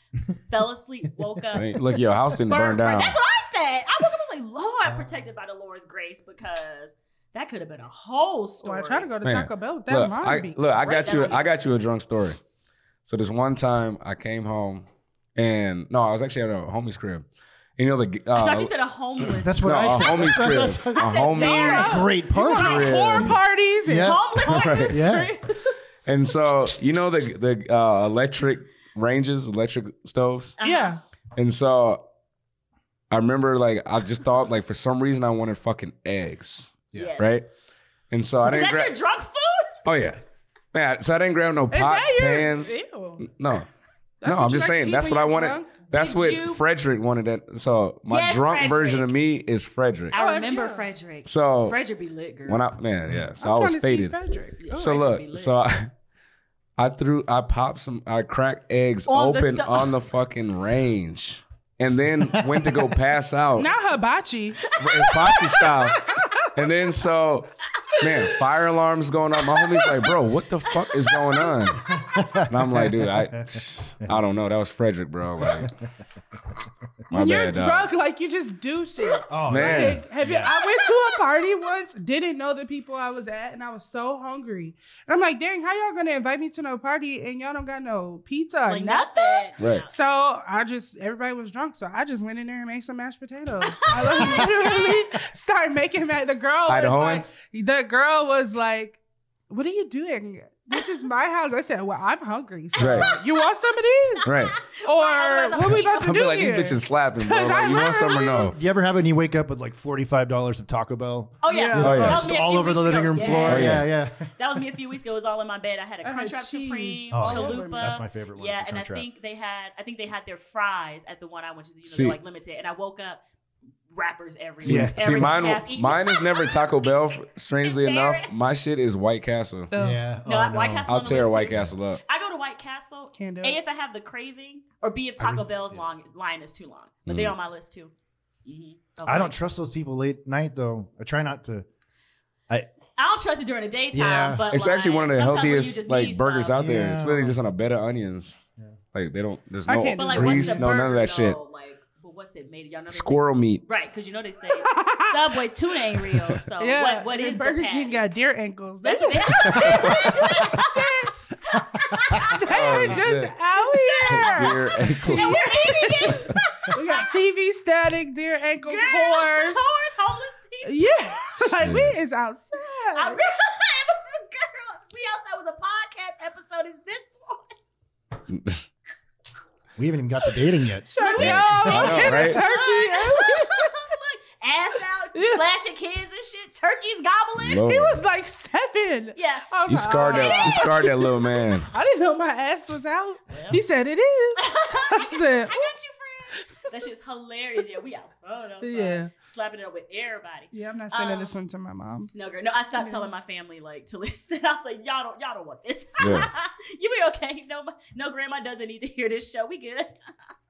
Fell asleep, woke up.
I mean, Look, your house didn't
burned-
burn
burned.
down.
That's what I said. I woke up and was like, Lord,
Oh.
I'm protected by the Lord's grace because that could have been a whole
Well,
story.
I tried to go to
Man,
Taco Bell with that
Look,
mom
I,
beat.
look, I
Right
got you.
down.
I got you a drunk story. So this one time, I came home, and no, I was actually at a homie's crib. And, you know the
I
uh,
thought you said a homeless.
Oh. That's what
no,
I
a
said.
homie's crib, a homie's
Sarah.
Great party.
crib.
Horror parties and
Yeah.
homeless.
Right.
Yeah.
Uh-huh.
And so you know the the uh, electric ranges, electric stoves.
Uh-huh.
yeah.
And so I remember like I just thought like for some reason I wanted fucking eggs,
Yeah.
Yes.
right? And so I
Is
didn't
that
grab.
your drunk food?
oh yeah, man. So I didn't grab no
Is
pots,
that your
pans.
Ew.
No,
That's
no.
what
I'm
you
just
like to
saying
eat
that's
when
what I
you're
wanted.
drunk?
That's
Did
what
you-
Frederick wanted. That so my
Yes,
drunk
Frederick.
version of me is Frederick.
I
Oh,
remember
yeah.
Frederick.
So
Frederick be lit, girl.
when I man, yeah. So
I'm
I was
trying to see
faded.
Frederick.
Yeah.
So
Eggs would
look,
Oh, be lit.
so I, I threw, I popped some, I cracked eggs
On the
open
stove.
on the fucking range, and then went to go pass out
Not hibachi.
in Foxy style. And then so, man, fire alarms going off. My homie's like, bro, what the fuck is going on? And I'm like, dude, I, I don't know. That was Frederick, bro. Like, my
When you're
bad, dog.
drunk, like you just do shit.
Oh
Man.
Like, have you?
Yeah.
I went to a party once, didn't know the people I was at, and I was so hungry. And I'm like, dang, how y'all gonna invite me to no party and y'all don't got no pizza or
like
nothing?
nothing.
Right.
So I just everybody was drunk, so I just went in there and made some mashed potatoes. I literally started making that. The girl, was
Idahoan?
like, the girl was like, "What are you doing? This is my house." I said, "Well, I'm hungry. So
Right.
you want some of this,
Right.
or
Otherwise, I'm
what we about to
I'll be
do
like, these
here?"
bitches slapping, bro.
'Cause I
Like, you want some or no?
literally-
Do you ever have it and you wake up with like forty-five dollars of Taco Bell?
Oh yeah.
Yeah.
You know,
Oh, yeah.
That was
just
me a
all
few
over the
weeks
living
ago.
room
Yeah. Oh,
floor.
Oh, yeah.
yeah, yeah.
That was me a few weeks ago. It was all in my bed. I had a
I had
Crunchwrap
cheese.
Supreme,
Oh,
Chalupa.
That's my favorite one.
yeah,
is the
and I
crunch wrap.
think they had. I think they had their fries at the one I went to. You know,
See-
they're like limited. And I woke up rappers every
See-
every
See, mine,
half each.
mine is never Taco Bell. Strangely enough, my shit is White Castle.
Yeah.
No,
Oh,
I- White Castle-
I'll
on the
tear
list
White
too.
Castle up.
I go to White Castle.
Can't do
A
it.
if I have the craving, or B if Taco Bell's long line is too long. But they're on my list too. Mhm. Okay.
I don't trust those people late night though. I try not to.
I don't trust it during the daytime.
Yeah.
But
It's
like,
actually one of the
sometimes when you
healthiest
just
like
need
burgers
some-
out there. It's
Yeah.
literally just on a bed of onions.
Yeah.
Like they don't. There's
I
no
can't
But like,
grease,
what's the
no
burger,
none of that shit.
Though? Like, but what's it made? of? Y'all know they say-
Squirrel meat.
right? Because you know they say Subway's tuna ain't real. So what? What
and
is the
Burger
patty?
King got deer ankles?
That's
That's
what
they
Oh,
are just
shit.
out here.
Deer ankles.
And we're eating it.
We got TV static, deer ankles,
Girl,
whores.
whores, homeless people.
Yeah, like we
Shit.
is outside.
I really, girl, we outside was a podcast episode. Is this one?
We haven't even got to dating yet.
Shut
Really?
up.
I
I
know,
was
right?
in a turkey.
Look, ass out,
Yeah.
flashing kids and shit. Turkeys gobbling.
Lord.
He was like seven.
Yeah.
I was
You
like,
scarred
oh.
that. You scarred that little man.
I didn't know my ass was out. He said it is.
I, got, I
said-
got you, friend. That shit's hilarious. Yeah, we outside. outside
"Oh, Yeah.
Slapping it up with everybody.
Yeah, I'm not sending
Um,
this one to my mom.
No, girl. No, I stopped
Yeah.
telling my family like to listen. I was like, y'all don't, y'all don't want this.
Yeah.
you be okay. No, my- no, grandma doesn't need to hear this show. We good.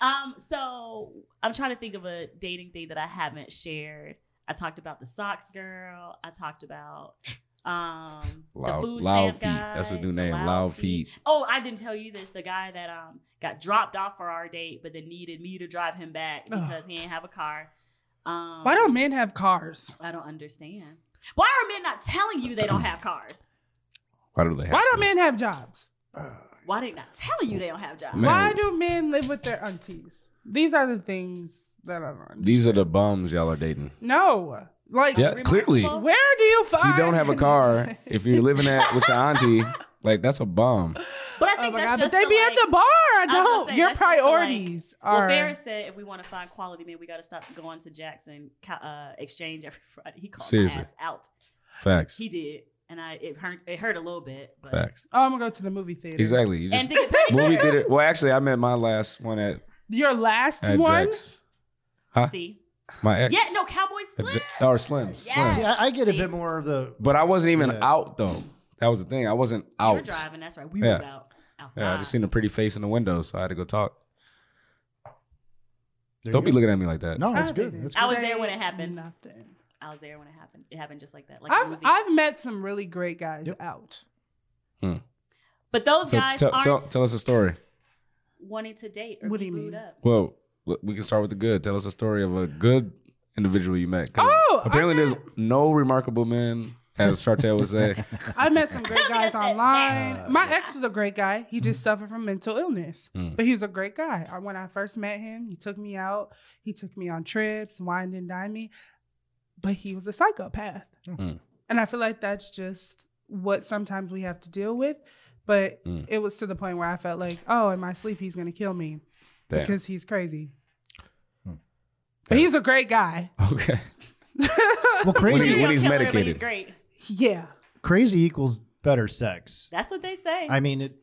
um, so I'm trying to think of a dating thing that I haven't shared. I talked about the socks girl. I talked about um the
Loud,
food
loud
stamp
feet.
guy,
That's a new
the
name. Loud, feet.
Oh, I didn't tell you this. The guy that um got dropped off for our date, but then needed me to drive him back
Ugh.
because he didn't have a car. Um,
Why don't men have cars?
I don't understand. Why are men not telling you they don't have cars?
Why do they? Have
Why
to?
don't men have jobs?
Why they not telling you they don't have jobs?
Man.
Why do men live with their aunties? These are the things that I learned.
These are the bums y'all are dating.
no, like
Yeah,
Remarkable.
clearly. If
where do you find?
you don't have a car, if you're living at with your auntie, like that's a bum.
But I
oh
think
my
that's
god, but
just
they
the,
be
like,
at the bar. I
was gonna
don't.
say,
Your
that's just the, like-
priorities
Well,
are.
Ferris said if we want to find quality men, we got to stop going to Jackson co- uh, Exchange every Friday. He called
Seriously.
my ass out.
Facts.
He did, and I it hurt. It hurt a little bit. But,
Facts.
oh, I'm gonna go to the movie theater.
Exactly. You
And
just
to get paid.
well, we did it. Well, actually, I met my last one at
Your last
at
one.
Jack's. Huh?
See,
My ex.
yeah, no, Cowboy
At
Slim.
Ja- or Slim.
Yes.
See,
Slim.
I, I get a
See?
bit more of the.
But I wasn't even
Yeah.
out though. That was the thing. I wasn't
You were
out.
driving. That's right. We
Yeah.
was out outside.
Yeah, I just seen a pretty face in the window, so I had to go talk.
there
Don't be
you
looking at me like that.
go. No, Oh, it's
I
good.
didn't
It's
I was
say
there when it happened.
Nothing.
I was there when it happened. It happened just like that. Like a
I've
movie.
I've met some really great guys
Yep.
out.
but those
So
guys
tell,
aren't
tell, tell us a story.
wanting to date or
What
be
do you
booed
mean?
up.
Well, l- we can start with the good. Tell us a story of a good individual you met. 'Cause
Oh, I
apparently
met-
there's no remarkable men, as Chartel would say.
I met some great
Nobody
guys
said that.
online.
Uh,
My
yeah.
ex was a great guy. He just suffered from mental illness,
Mm.
but he was a great guy. I, when I first met him, he took me out. He took me on trips, wined and dined me, but he was a psychopath.
Mm.
And I feel like that's just what sometimes we have to deal with. But
Mm.
it was to the point where I felt like, oh, in my sleep, he's going to kill me
Damn.
because he's crazy.
Hmm.
But he's a great guy.
Okay.
well,
When,
crazy.
he- when he's
Serial killer, but
medicated.
great.
yeah.
crazy equals better sex.
That's what they say.
I mean, it.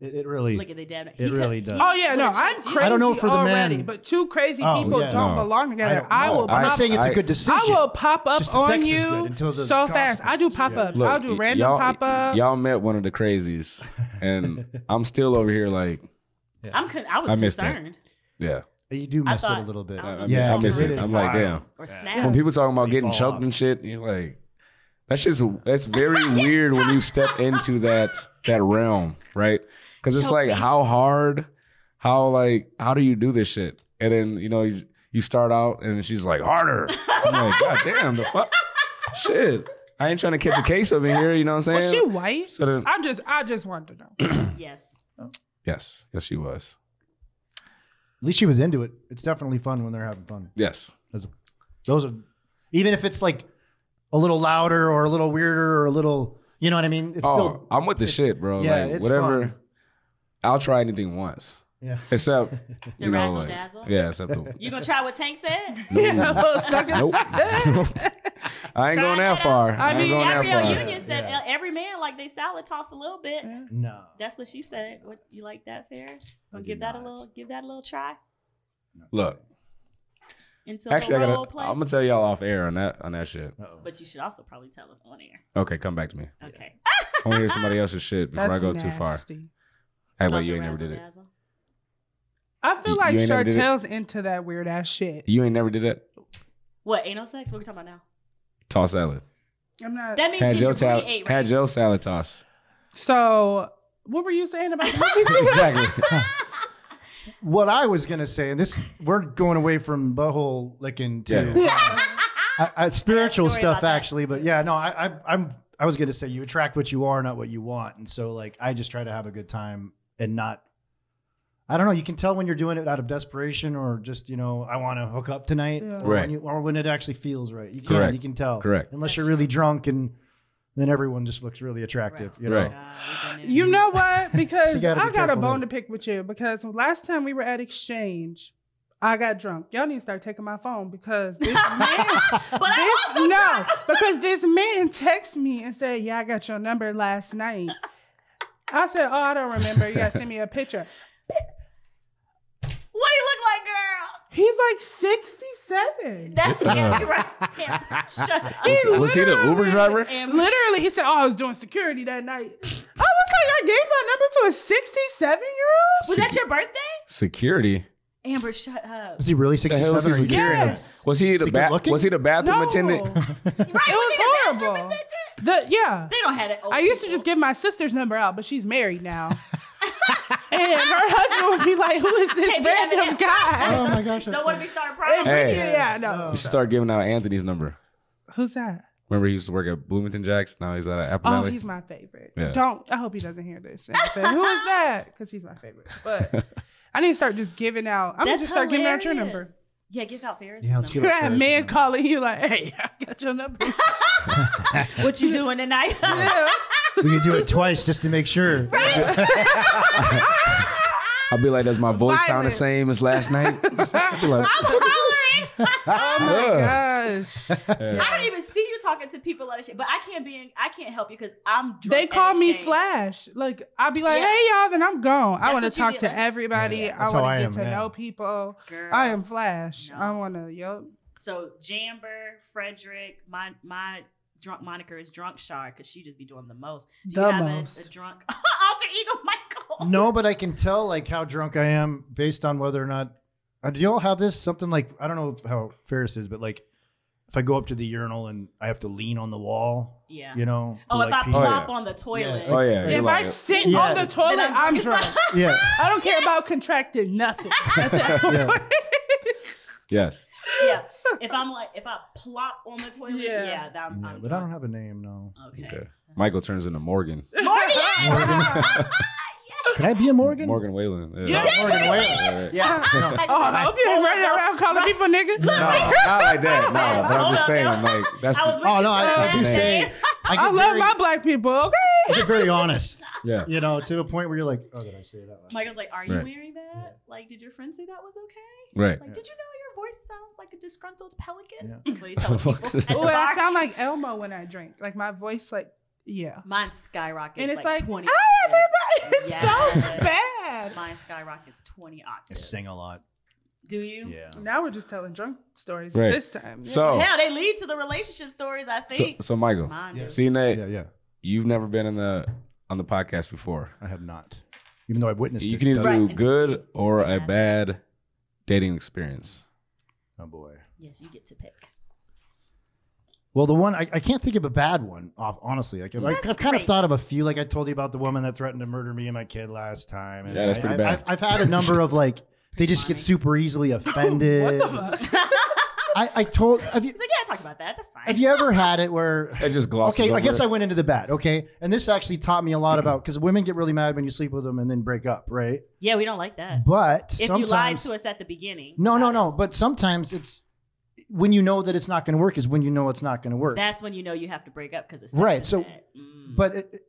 It, it really.
Look at the damn. It
really does.
Uh,
Oh yeah, no,
Would've
I'm
checked you.
crazy.
I don't know for the
already,
man.
but two crazy
Oh,
people
yeah.
don't
No.
belong together.
don't
I,
know.
will
I'm
pop.
not saying it's
I-
a good decision.
I will pop up
Just the
on
sex is good
you
until the
so fast. I do
consequences,
pop
yeah.
ups.
Look,
I'll do
y-
random
y'all-
pop up.
Y'all met one of the crazies, and I'm still over here like,
I'm con- I was
I missed that.
concerned.
yeah.
you do
I
miss
thought-
it a little bit.
I was
I- I
gonna
mean, I
say,
miss
get
it.
rid of
I'm like,
fries
damn.
Or
Yeah.
snacks.
When people talking about
They
getting
fall
choked
off.
and shit, you're like, that shit's that's very weird when you step into that that realm, right? Because it's like
Choking.
how hard, how like how do you do this shit? And then you know you, you start out and she's like harder. I'm like, god damn, the fuck, shit. I ain't trying to catch a case over here. You know what I'm
Was
saying?
she white?
so then,
I just, I just wanted to know.
yes.
yes, yes, she was.
At least she was into it. It's definitely fun when they're having fun.
Yes,
Those are, even if it's like a little louder or a little weirder or a little, you know what I mean? It's
oh,
still,
I'm with the
it-
shit, bro.
yeah,
like
it's
whatever.
fun.
I'll try anything once,
yeah.
except
The
you know,
razzle
like,
dazzle?
yeah, except the
You gonna try what Tank said?
Yeah, a little suck
Nope.
inside.
I ain't going that far. I,
I
ain't
mean,
going that
Gabrielle
far.
Union said
Yeah.
"Uh, every man like they salad toss a little bit.
No.
That's what she said. What you like that, Ferris? Gonna
do
give that a
not.
little, give that a little try.
Look,
until
Actually, I
the
gotta.
role play.
I'm gonna tell y'all off air on that on that shit.
Uh-oh.
but you should also probably tell us on air.
Okay, come back to me.
Okay.
I want to hear somebody else's shit before I go too far.
nasty.
Act like
Love
you
the
ain't never did it.
razzle-dazzle.
I feel
You-
like
you ain't never did it?
Chartel's into that weird ass shit.
You ain't never did that.
What anal sex? What are we talking about
Toss salad.
I'm
now?
not.
That means
Had
getting
your
your booty
salad.
ate, right?
Had your salad toss.
So, what were you saying about
Exactly.
What I was gonna say, and this we're going away from butthole licking to I, I, spiritual
story about
stuff,
that.
actually. But yeah, no, I, I, I'm I was gonna say you attract what you are, not what you want, and so like I just try to have a good time and not. I don't know. You can tell when you're doing it out of desperation or just you know I want to hook up tonight, or,
Yeah.
Right.
when you, or when it actually feels right. You can
Correct.
you can tell
Correct.
unless
That's
you're really drunk and then everyone just looks really attractive. You know.
Right.
You know what? Because
So you gotta be
I got a
careful
bone
there.
to pick with you. Because last time we were at exchange, I got drunk. Y'all need to start taking my phone because this man,
But I
this
also
no, because this man texted me and said, "Yeah, I got your number last night." I said, "Oh, I don't remember. You gotta send me a picture."
What do you look like, girl?
He's like sixty-seven.
That's
uh,
yeah, you're right. Yeah. Shut up.
Was, was he the Uber driver?
And
Literally, he said, "Oh, I was doing security that night." I was like, "I gave my number to a sixty-seven-year-old."
was that your birthday?
Security.
Amber, shut up.
Is he really
The hell is he
67 or you-
security?
Yes.
Was he the
he good
ba-
looking?
Was he the bathroom attendant?
Right, was
was
he the bathroom
horrible.
attendant?
The yeah.
They don't have it.
I used to just give my sister's number out, but she's married now. and her husband would be like, "Who is this
Can't be having
random
that.
guy?"
Oh my gosh! that's
don't want to be
funny.
starting
And
problems.
Hey.
yeah, yeah, no.
You should start giving out Anthony's number.
Who's that?
Remember, he used to work at Bloomington Jacks. Now he's at Apple
Oh,
Valley.
he's my favorite.
Yeah.
Don't. I hope he doesn't hear this. And say, Who is that? Because he's my favorite. But I need to start just giving out. I'm gonna
That's
just start giving out your number.
hilarious. Yeah, give out Ferris.
Yeah, let's
You
give
number.
out
had a
Ferris's
man
number.
calling you like, "Hey, I got your number." Oh
What you doing tonight?
Yeah.
we could do it twice just to make sure.
I'll be like, does my voice sound the
Violent.
same as last night? I'll be like,
oh my gosh.
yeah.
I don't even see you talking to people like shit, but I can't be. In, I can't help you because I'm. Drunk
They
at
call me
exchange.
Flash. Like I'll be like,
Yeah.
"Hey y'all," then I'm gone. I
That's
want to
what you
talk
be
to
like.
everybody.
Yeah,
I
that's how I
want to
am,
get to
yeah.
know people.
Girl.
I am Flash.
No.
I want to. Yup.
So Jamber, Frederick, my my drunk moniker is Drunk Shard because she just be doing the most. Do
The
you have a-
most.
A, drunk alter ego, Michael?
No, but I can tell like how drunk I am based on whether or not. Uh, do y'all have this? Something like I don't know how Ferris is, but like if I go up to the urinal and I have to lean on the wall,
Yeah.
you know. to,
Oh, if
like,
I
pee.
plop
yeah.
on the toilet.
Oh yeah. you're
If I
like-
sit
Yeah.
on the toilet,
Then I'm
I'm
drunk.
drunk.
yeah,
I don't care about contracting nothing. At that point.
Yeah.
yes.
yeah. If I'm like, if I plop on the toilet,
Yeah.
yeah, that, I'm,
yeah,
I'm
but I don't
drunk.
have a name. No,
okay.
Okay. Michael turns into Morgan.
Morgan,
Morgan. can I be a Morgan?
Morgan Whalen.
Yeah.
Morgan Whalen.
All right.
Yeah. no.
Oh, I hope you ain't running around calling people nigga.
No, not like that. No,
Hold
but I'm just
up,
saying,
no.
like, that's
I was
the,
with
Oh
you
no,
till
I, I
that
do
day.
say I, get
I love
very,
my black people. Okay.
I get very honest.
yeah.
You know, to the point where you're like, oh, did I say that? Last?
Michael's like, are you
Right.
wearing that? Like, did your friend say that was okay?
Right.
Like,
Yeah.
did you know your voice sounds like a disgruntled pelican?
Yeah.
That's what he tells people. at the
Oh, I
bar.
sound like Elmo when I drink. Like my voice, like yeah.
Mine skyrockets
And it's
like,
like,
20
"Ah,
octaves.
everybody,
Yes.
it's so bad.
Mine skyrockets 20
I
octaves.
sing a lot.
Do you?
Now we're just telling drunk stories
Right.
this time.
So-
Hell, they lead to the relationship stories, I
So,
think.
so Michael,
Mine
Yeah.
do.
seeing that
Yeah, yeah.
you've never been in the on the podcast before,
I have not, even though I've witnessed.
you
it.
can either do
Right.
good or a bad dating experience.
Oh boy.
Yes, you get to pick.
Well, the one I, I can't think of a bad one. off- Honestly, like I've,
That's
I've kind of
great.
thought of a few. Like I told you about the woman that threatened to murder me and my kid last time. and
Yeah, that's
I-
pretty
I-
bad.
I've, I've had a number of like they just get
Funny.
super easily offended.
what the fuck?
He's like,
I, I told. Have you,
yeah, I talk about that. That's fine.
have you ever had it where?
I just glossed
Okay, I guess I went into the bad. Okay, and this actually taught me a lot about because women get really mad when you sleep with them and then break up, right?
yeah, we don't like that.
But
If you
sometimes,
lied to us at the beginning.
no, no,
about
no. But sometimes it's when you know that it's not going to work is when you know it's not going to
it,
work.
That's when you know you have to break up because it's
Right, so-
bad. Mm.
but it,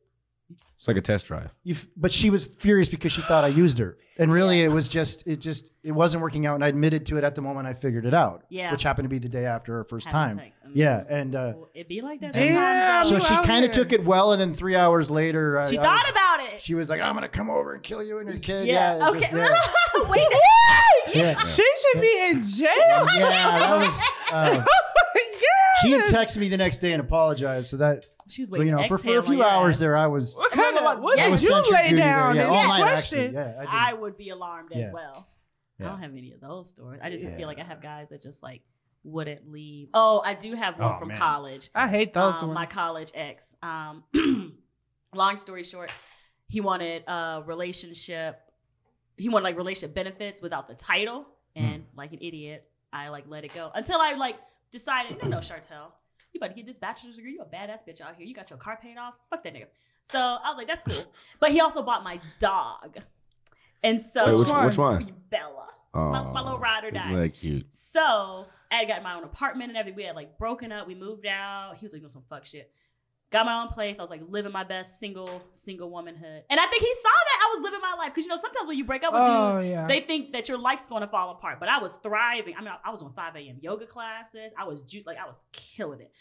It's like a test drive.
You, f- but she was furious because she thought I used her, and really it was just it just it wasn't working out, and I admitted to it at the moment I figured it out,
Yeah.
which happened to be the day after her first
Having
time.
sex. I mean,
Yeah, and uh,
well, it be like that
Damn,
sometimes.
so
though.
you
she
out
kind of
here.
took it well, and then three hours later, I-
she
I
thought
was-
about it.
she was like, "I'm gonna come over and kill you and your kid."
yeah.
it was
Okay.
just- yeah.
Wait.
Yeah.
She should be in jail. Oh
Yeah, that was. Uh, she had texted me the next day and apologized. So that
She was
but,
waiting.
you know,
to
for, for
exhale
a
on
few
your
hours
ass.
there, I was.
What kind of what
Yeah,
I
did
was
you
centrial
lay
duty there.
down?
Yeah,
is
all
the
night
question.
actually. Yeah, I did.
I would be alarmed as
Yeah.
well. I
Yeah.
don't have any of those stories. I just
Yeah.
feel like I have guys that just like wouldn't leave. Oh, I do have one
Oh,
from
man.
college.
I hate those
um,
ones.
my college ex. Um, long story short, he wanted a relationship. He wanted like relationship benefits without the title,
Hmm.
and like an idiot, I like let it go until I like decided, no, no, Chartel, you about to get this bachelor's degree? You a badass bitch out here. You got your car paid off. Fuck that nigga. So I was like, that's cool. But he also bought my dog, and so
Wait,
which
which, which one?
Bella.
Oh,
my little ride or die.
Isn't that cute?
So I had gotten my own apartment and everything. We had like broken up. We moved out. He was like doing some fuck shit. Got my own place. I was like living my best single single womanhood. And I think he saw that I was living my life because you know sometimes when you break up with
Oh
dudes,
yeah.
they think that your life's going to fall apart. But I was thriving. I mean, I, I was on five a.m. yoga classes. I was ju- like I was killing it.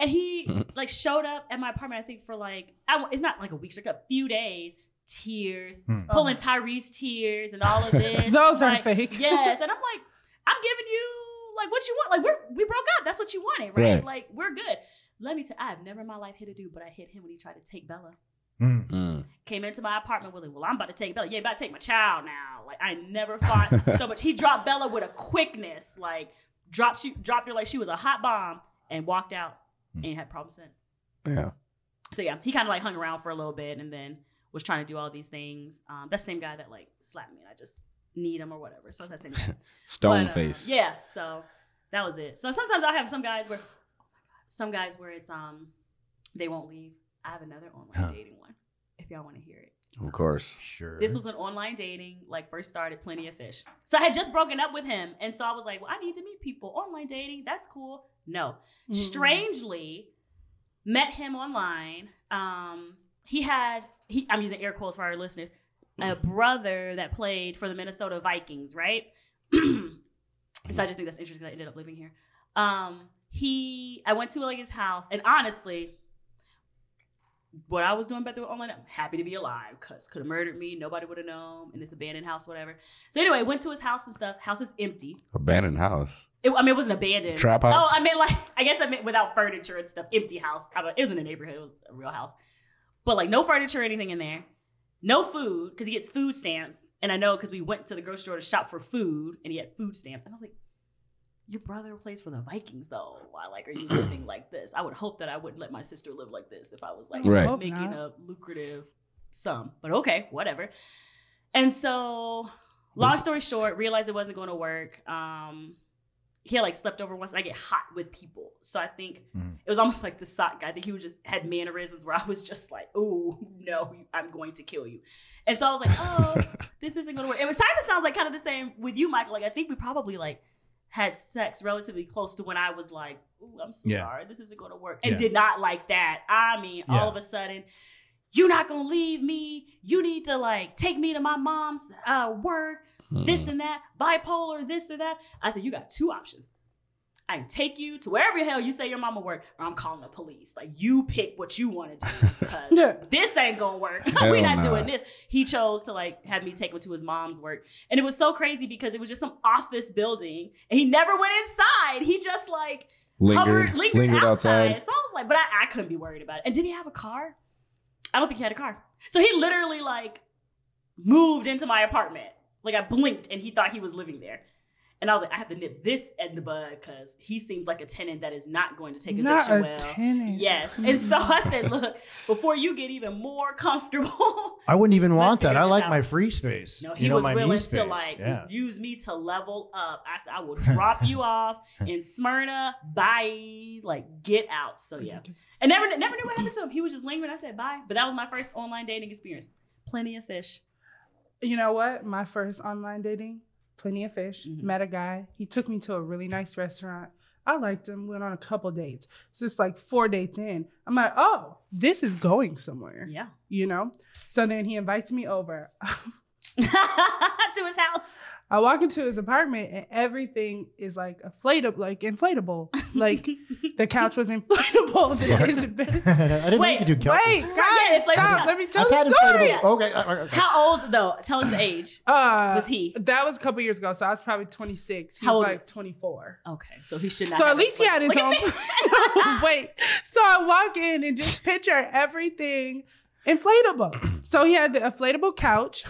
And he like showed up at my apartment. I think for like I, w- it's not like a week, it's like a few days. Tears,
Hmm.
Oh.
pulling Tyrese tears and all of this.
Uh-huh. those are
Like,
fake.
yes and i'm like i'm giving you like what you want like we're we broke up that's what you wanted right,
Right.
like we're good let me tell i've never in my life hit a dude but i hit him when he tried to take bella
Mm.
Mm.
came into my apartment with like well i'm about to take bella yeah about to take my child now like i never fought so much he dropped bella with a quickness like dropped she dropped her like she was a hot bomb and walked out
Hmm.
and had problems since
Yeah.
so yeah, he kind of like hung around for a little bit and then was trying to do all these things. Um, that same guy that like slapped me and I just need him or whatever. So it's that same guy.
Stone
But, uh,
face.
yeah, so that was it. So sometimes I have some guys where, some guys where it's um, they won't leave. I have another online
Huh.
dating one. If y'all want to hear it,
Of course.
Sure.
this was when online dating like first started. Plenty of fish. So I had just broken up with him, and so I was like, well, I need to meet people. Online dating, that's cool. No,
Mm.
strangely met him online um he had he i'm using air quotes for our listeners a brother that played for the minnesota vikings right so i just think that's interesting that i ended up living here um he i went to like his house and honestly what i was doing better than online i'm happy to be alive because could have murdered me nobody would have known in this abandoned house whatever so anyway went to his house and stuff house is empty
Abandoned house.
it, I mean, it wasn't abandoned.
Trap house?
Oh, I mean, like, I guess I meant without furniture and stuff. Empty house. I mean, it wasn't a neighborhood. It was a real house. But, like, no furniture or anything in there. No food, because he gets food stamps. And I know because we went to the grocery store to shop for food, and he had food stamps. And I was like, your brother plays for the Vikings, though. Why, like, are you living like this? I would hope that I wouldn't let my sister live like this if I was, like,
Right.
Hope
making
not.
a lucrative sum. But okay, whatever. And so, long
Was-
story short, realized it wasn't going to work. Um, he had like slept over once. And I get hot with people, so I think
Mhm.
it was almost like the sock guy. I think he was just had mannerisms where I was just like, "Oh no, I'm going to kill you," and so I was like, "Oh, this isn't going to work." It was kind of sounds like kind of the same with you, Michael. Like I think we probably like had sex relatively close to when I was like, "Ooh, I'm so
Yeah.
sorry, this isn't going to work," and
Yeah.
did not like that. I mean, all
Yeah.
of a sudden, you're not gonna leave me. You need to like take me to my mom's uh, work, this
Hmm.
and that, bipolar, this or that. I said, you got two options. I can take you to wherever the hell you say your mama work, or I'm calling the police. Like you pick what you want to do. 'cause
Yeah.
this ain't gonna work.
Hell
We're not
nah.
doing this. He chose to like have me take him to his mom's work. And it was so crazy because it was just some office building and he never went inside. He just like
Lingered,
hovered, lingered, outside. So I was like, but I, I couldn't be worried about it. And did he have a car? I don't think he had a car. So he literally like moved into my apartment. Like I blinked and he thought he was living there. And I was like, I have to nip this in the bud because he seems like a tenant that is not going to take
Not
eviction
a Mm-hmm.
well.
tenant.
Yes. And so I said, look, before you get even more comfortable.
I wouldn't even
Let's
want that.
figure
I
this
like
out.
my free space.
No, he
you know,
was
my me
willing to
space.
like
Yeah.
use me to level up. I said, I will drop you off in Smyrna. Bye. Like, get out. So yeah. And never never knew what happened to him. He was just lingering. I said bye. But that was my first online dating experience. Plenty of fish.
You know what? My first online dating, plenty of fish.
Mhm.
Met a guy. He took me to a really nice restaurant. I liked him. Went on a couple dates. So it's like four dates in. I'm like, oh, this is going somewhere.
Yeah.
You know. So then he invites me over.
to his house.
I walk into his apartment and everything is like inflatable, like inflatable. Like the couch was inflatable.
What?
The is bed.
I didn't
Wait,
know you could do couches.
Wait, guys,
Yeah, it's like-
stop. Let me tell
I've had
the story.
inflatable. Okay. all right, okay.
How old though? Tell us the age.
Uh,
Was he?
That was a couple years ago, so I was probably 26. He
How
was
old
like
is-
24.
Okay, so he should not.
So
have
at least he
like-
had his
Look at
own. Wait. So I walk in and just picture everything inflatable. So he had the inflatable couch.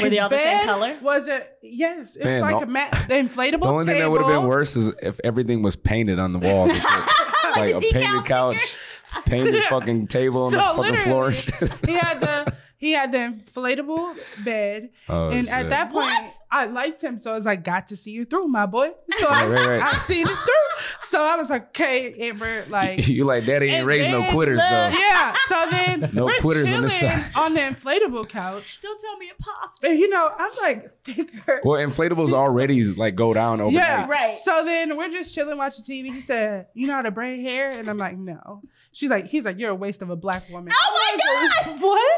Were they
His
all the same
bed
color?
Was it? Yes. It
Man,
was like
the-
a mat. The inflatable
The only thing that would have been
table.
worse is if everything was painted on the wall. Just like-
that.
like a
the
painted
decal
couch, painted
Yeah.
fucking table on the
So
fucking floor. and
literally-
shit.
He had the he had the inflatable bed,
Oh,
and at
shit.
that point,
What?
I liked him, so I was like, "Got to see you through, my boy." So I,
Right, right, right.
I seen it through. So I was like, "Okay, Amber, like,
you like daddy ain't
And
raised no
then
quitters though.
the-
yeah." So then
No
we're
quitters on this
chilling
side.
on the inflatable couch,
Don't tell me it popped. Oh
and you know, I'm like thicker.
Well, inflatables already like go down overnight.
Yeah.
Right.
So then we're just chilling, watching TV. He said, "You know how to braid hair?" And I'm like, "No." She's like, "He's like, you're a waste of a black woman."
Oh my
What? What?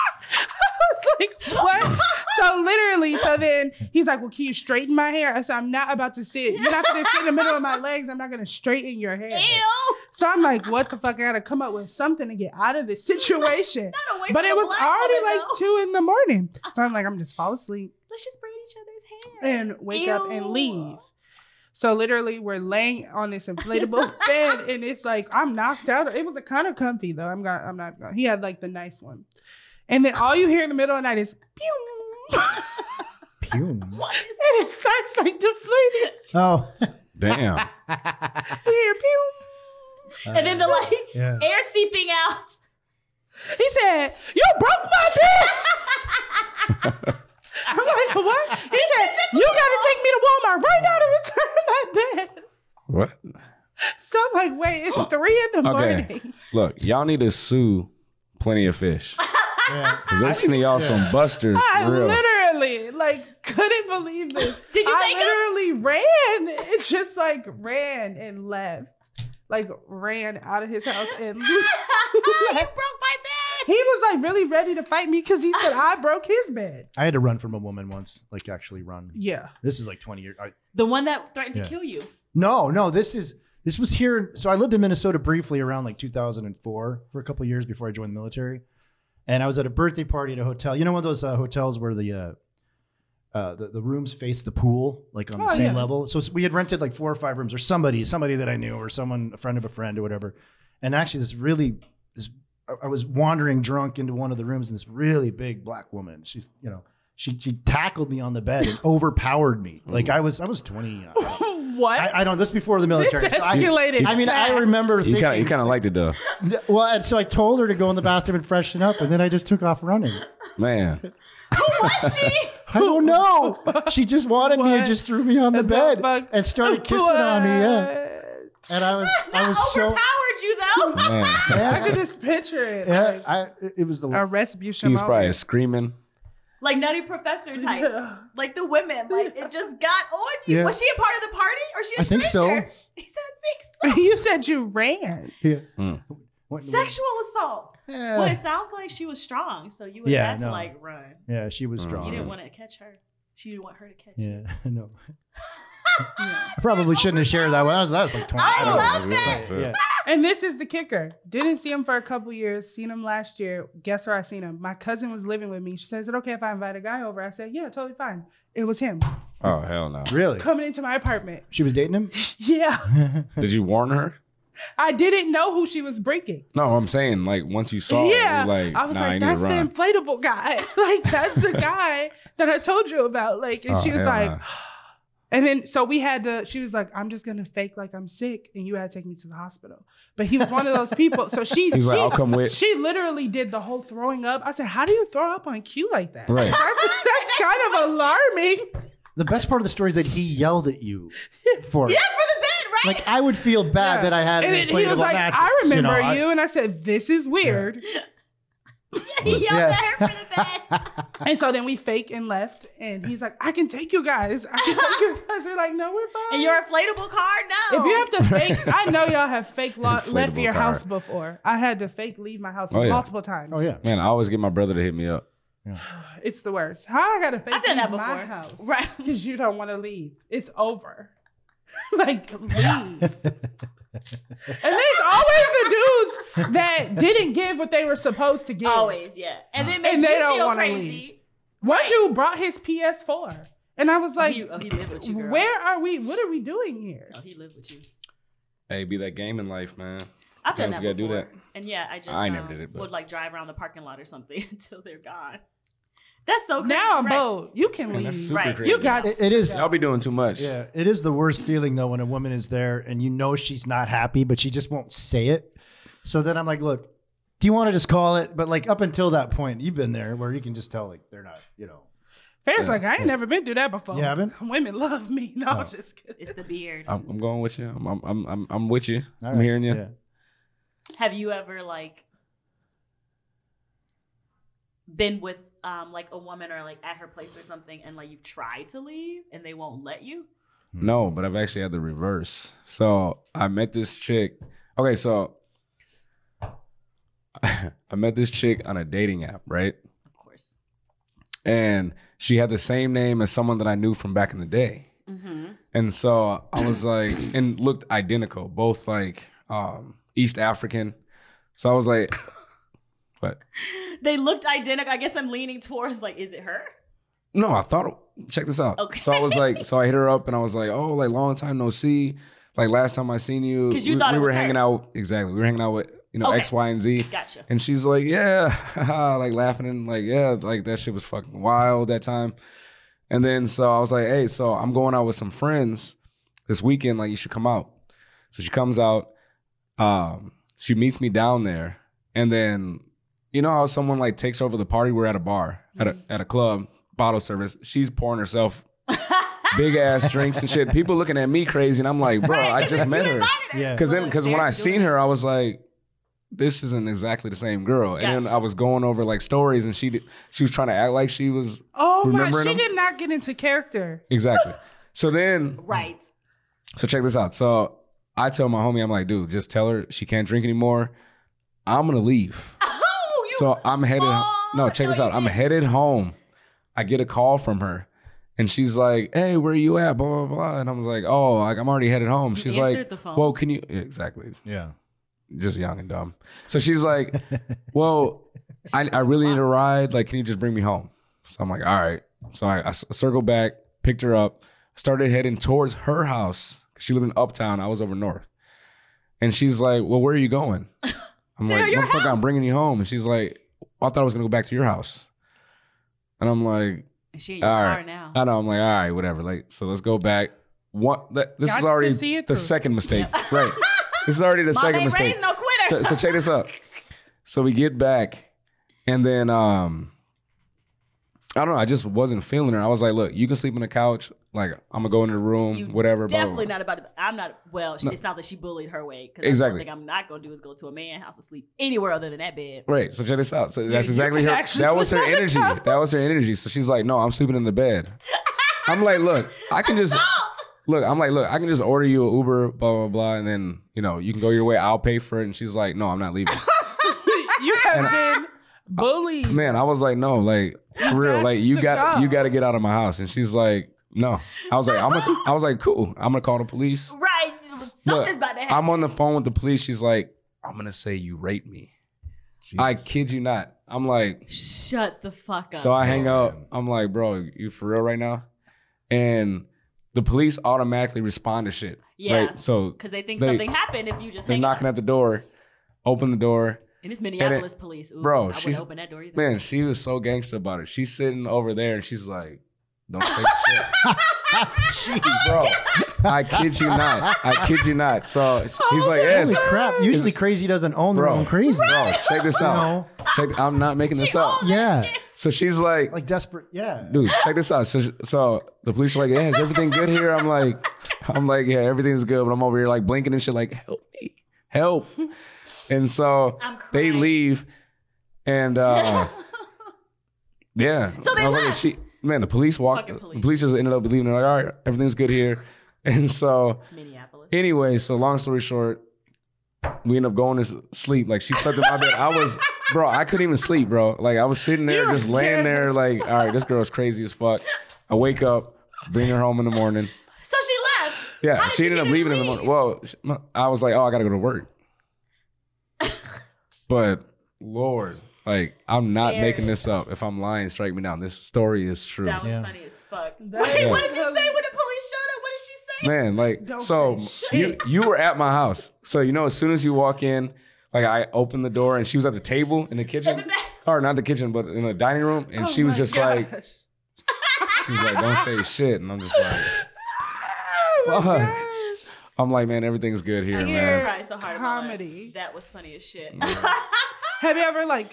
I was like, what? so literally, so then he's like, well, can you straighten my hair? I said, I'm not about to sit. You're not gonna sit in the middle of my legs. I'm not gonna straighten your hair.
god! Ew!
So I'm like, what the fuck? I gotta come up with something to get out of this situation.
Not a waste
But
of
it
a
was
black
already
woman,
like
though.
two in the morning. So I'm like, I'm just fall asleep
Let's just braid each other's hair.
and wake up and
Ew.
leave. So literally, we're laying on this inflatable bed, and it's like I'm knocked out. It was a kind of comfy though. I'm not. I'm not. Gonna, he had like the nice one, and then all you hear in the middle of the night is pew,
Pume.
What is
and it starts like deflating.
Oh.
Damn.
You hear pew.
And then the like
Uh, Yeah.
air seeping out.
He said, "You broke my bed." I'm like, "What?" He said, "You got to take me to Walmart right now to return my bed."
What?
So I'm like, "Wait, it's three in the
Okay.
morning."
Look, y'all need to sue plenty of fish.
yeah.
Cause they're sending y'all some busters
I
for real.
literally like couldn't believe this.
Did you take him?
I literally ran. It just like ran and left. Like ran out of his house and
Ah,
you
left.
broke my bed.
he was like really ready to fight me because he
Ah.
said I broke his bed.
I had to run from a woman once, like actually run.
Yeah.
This is like 20 years. I,
The one that threatened
Yeah.
to kill you.
no, no, this is this was here. So I lived in Minnesota briefly around like 2004 for a couple of years before I joined the military, and I was at a birthday party at a hotel. You know, one of those uh, hotels where the uh, uh, the, the rooms face the pool, like on the
Oh,
same
yeah.
level. So we had rented like four or five rooms, or somebody, somebody that I knew, or someone, a friend of a friend, or whatever. And actually, this really, this, I- I was wandering drunk into one of the rooms, and this really big black woman, she's, you know, she she tackled me on the bed and overpowered me. Like
Mm.
I was, I was twenty. uh,
what?
I, I don't. This before the
this
military. So I,
escalated.
I mean, I remember
You
thinking.
kind of you kind of liked it though,
well, and so I told her to go in the bathroom and freshen up, and then I just took off running.
man.
Who was she?
I don't know. She just wanted me and
What?
just threw me on the
The
bed
fuck?
and started kissing on me. Yeah, and I was, I was so.
Overpowered you though.
Man,
I could
Yeah,
just picture it.
yeah, I, it was the.
Like, a retribution.
he was probably
moment.
screaming.
Like nutty professor type. Like the women. Like it just got on you.
Yeah.
Was she a part of the party or she a
I think so.
stranger? He said, I think so.
you said you ran.
Yeah.
Mm.
What-
Sexual assault.
Yeah.
Well, it sounds like she was strong, so you would
Yeah,
have had
no.
to like run.
yeah, she was
You
You
strong.
didn't
Uh-huh.
want to catch her. She didn't want her to catch you.
Yeah, no. I probably shouldn't have shared that one. I was, that was like twenty.
I
don't know.
love
was gonna
But,
say.
yeah.
And this is the kicker. Didn't see him for a couple years. Seen him last year. Guess where I seen him? My cousin was living with me. She says, "Is it okay if I invite a guy over?" I said, "Yeah, totally fine." It was him
Oh hell no!
Really?
coming into my apartment.
She was dating him.
Yeah,
Did you warn her?
I didn't know who she was breaking.
No, I'm saying like once you saw, yeah,
yeah,
her, you're like
I was
nah, I
like,
need
"That's
to
the
run.
inflatable guy. like that's the guy that I told you about." Like, and
Oh,
she was
hell
like,
nah.
And then so we had to, she was like, I'm just gonna fake like I'm sick and you had to take me to the hospital. But he was one of those people. So she
He's
she,
like, I'll come with.
she literally did the whole throwing up. I said, How do you throw up on cue like that?
Right.
That's, that's kind of alarming.
The best part of the story is that he yelled at you for it.
Yeah, for the bed, right?
Like I would feel bad
Yeah.
that I had
And
an
then
inflatable
he was like,
mattress.
I remember you,
know, I-
and I said, This is weird.
he yelled at her from the bed.
And so then we fake and left, and he's like, "I can take you guys. I can take you guys." We're like, "No, we're fine."
And your inflatable car? No.
if you have to fake, I know y'all have fake lo- left
Inflatable
your
car.
house before. I had to fake leave my house
Oh, yeah.
multiple times.
oh yeah.
Man, I always get my brother to hit me up.
it's the worst. How I gotta fake
I've done that
leave
before.
my house,
Right.
Because you don't want to leave. It's over. like leave. And there's always the dudes that didn't give what they were supposed to give.
Always, yeah. And then
And
make
they
you
don't
feel
wanna
crazy.
leave. One dude brought his PS4, and I was like,
he, oh, he lived with you, girl.
"Where are we? What are we doing here?"
Oh, he lived with you.
Hey, be that game in life, man.
I've done
Sometimes
that
you gotta do
before.
that.
And yeah, I just
I
um,
never did it, but-
would like drive around the parking lot or something until they're gone. That's so crazy.
Now I'm
right?
bold. You can
Man,
leave.
that's super
Right.
crazy.
You got
It- it is-
Y'all be doing too much.
Yeah, it is the worst feeling though when a woman is there and you know she's not happy, but she just won't say it. So then I'm like, look, do you want to just call it? But like up until that point, you've been there where you can just tell like they're not, you know.
Fair's
Yeah.
like, I ain't never been through that before.
You haven't?
Women love me. No,
Oh.
I'm just kidding.
It's the beard.
I'm, I'm going with you. I'm I'm I'm, I'm, I'm with you.
all
I'm
right,
hearing you.
yeah.
Have you ever like been with um like a woman or like at her place or something and like you've tried to leave and they won't let you?
Mm-hmm.
No, but I've actually had the reverse. So I met this chick. Okay, so I met this chick on a dating app, right?
Of course.
And she had the same name as someone that I knew from back in the day.
Mm-hmm.
And so I was like, and looked identical, both like um, East African. So I was like, what?
They looked identical. I guess I'm leaning towards like, is it her?
No, I thought. Check this out.
Okay.
So I was like, so I hit her up and I was like, oh, like long time no see. Like last time I seen you,
'Cause you
we,
thought
we
it
were
was her.
hanging out. Exactly, we were hanging out with you know
Okay.
X, Y, and Z.
Gotcha.
And she's like, yeah, like laughing and like, yeah, like that shit was fucking wild that time. And then so I was like, hey, so I'm going out with some friends this weekend. Like, you should come out. So she comes out. Um, she meets me down there. And then, you know how someone like takes over the party? We're at a bar, at a,
Mm-hmm.
at a club, bottle service. She's pouring herself big ass drinks and shit. People looking at me crazy. And I'm like, bro,
Right,
I
'cause
just
you
met her.
invited her.
Yeah.
Because then,
Well,
because when
they're doing
I seen
it.
her, I was like, "This isn't exactly the same girl." And then
Gotcha.
I was going over like stories, and she did, she was trying to act like she was
Oh my,
Remembering
she
them?
did not get into character.
exactly. so then,
right.
so check this out. So I tell my homie, I'm like, "Dude, just tell her she can't drink anymore. I'm gonna leave."
Oh, you
so I'm headed. No, check this
No,
out.
you
I'm
didn't.
headed home. I get a call from her, and she's like, "Hey, where you at?" Blah blah blah. And I'm like, "Oh, like I'm already headed home." She's
answered
like,
the phone.
"Well, can you exactly?"
Yeah.
just young and dumb. So she's like, "Well, I, I really need a ride. Like, can you just bring me home?" So I'm like, "All right." So I, I s- circled back, picked her up, started heading towards her house. She lived in Uptown. I was over north, and she's like, "Well, where are you going?" I'm
To
like,
your
"Motherfucker,
house."
I'm bringing you home." And she's like, "I thought I was gonna go back to your house," and I'm like,
And she in your
All
car
right. Uh,
now.
"I know." I'm like, "All right, whatever." Like, so let's go back. What? That, this
Got
is
to
already
see it
the
through.
second mistake, right? This is already the
Mom
second
ain't
mistake
raised no
so,
quitter.
so check this out. So we get back, and then um, I don't know. I just wasn't feeling her. I was like, "Look, you can sleep on the couch. Like, I'm gonna go into the room,
You
whatever." blah, blah,
Definitely
blah.
not about. To, I'm not. Well, she,
No.
it sounds like she bullied her way. 'cause
Exactly.
That's one thing I'm not gonna do is go to a man house and sleep anywhere other than that bed.
Right. So check this out. So that's
you
exactly
can
her.
actually
That was
sleep
her
on the
energy.
couch.
That was her energy. So she's like, "No, I'm sleeping in the bed." I'm like, "Look, I can just look." I'm like, "Look, I can just order you an Uber, blah blah blah, and then you know you can go your way. I'll pay for it." And she's like, "No, I'm not leaving."
you have been bullied.
Man, I was like, no, like for real,
That's
like you
to
got
go.
you got to get out of my house. And she's like, no. I was like, I'm. Gonna, I was like, cool. I'm gonna call the police.
Right. Something's
Look,
about to happen.
I'm on the phone with the police. She's like, I'm gonna say you raped me. I kid you not. I'm like,
Shut the fuck up.
so I hang
Oh,
up.
man.
I'm like, bro, you for real right now? And the police automatically respond to shit.
yeah.
Right. So
Because they think
They-
something happened if you just
they're
hang up.
knocking at the door. Open the door.
And it's Minneapolis police. Ooh,
bro,
I wouldn't
she's-
open that door either.
Man, she was so gangster about it. She's sitting over there and she's like, don't say shit.
Jeez.
bro. I kid you not. I kid you not. So he's like, yes,
Holy crap. Usually
It's-
crazy doesn't own their
Bro.
own crazy.
bro. Check this
You
out.
know,
Check, I'm not making this up.
yeah.
So she's like,
Like desperate. Yeah.
dude, check this out. So, so the police are like, yeah, is everything good here? I'm like, I'm like, yeah, everything's good. But I'm over here like blinking and shit, like, help me, help. And so
I'm
they
crying.
leave. And uh, yeah,
So they
I was like,
left.
She, man, the police walked.
Fucking police.
The police just ended up leaving. They're like, all right, everything's good here. And so
Minneapolis.
anyway, so long story short, we end up going to s- sleep. Like she slept in my bed. I was, bro, I couldn't even sleep, bro. Like I was sitting there,
You were
just laying
scared
there,
as
like, all right, this girl's crazy as fuck. I wake up, bring her home in the morning.
so she left. How
Yeah,
did
she
you
ended
get
up
her to
leaving in the
leave?
morning. Well, sh- my- I was like, oh, I gotta go to work. but Lord, like, I'm not
There
making
it
this up. If I'm lying, strike me down. This story is true.
That was
Yeah.
funny as fuck.
That
Wait,
is-
what did you say when the police showed up? What did she say?
Man, like,
Don't
so
say
you you were at my house. So you know, as soon as you walk in, like, I opened the door and she was at the table in the kitchen, or not the kitchen, but in the dining room, and
Oh
she was
my
just like,
gosh.
she was like, don't say shit, and I'm just like,
Oh my
Fuck.
gosh.
I'm like, man, everything's good here,
I
man.
cried so hard. in my life.
Comedy.
That was funny as shit.
Yeah.
Have you ever like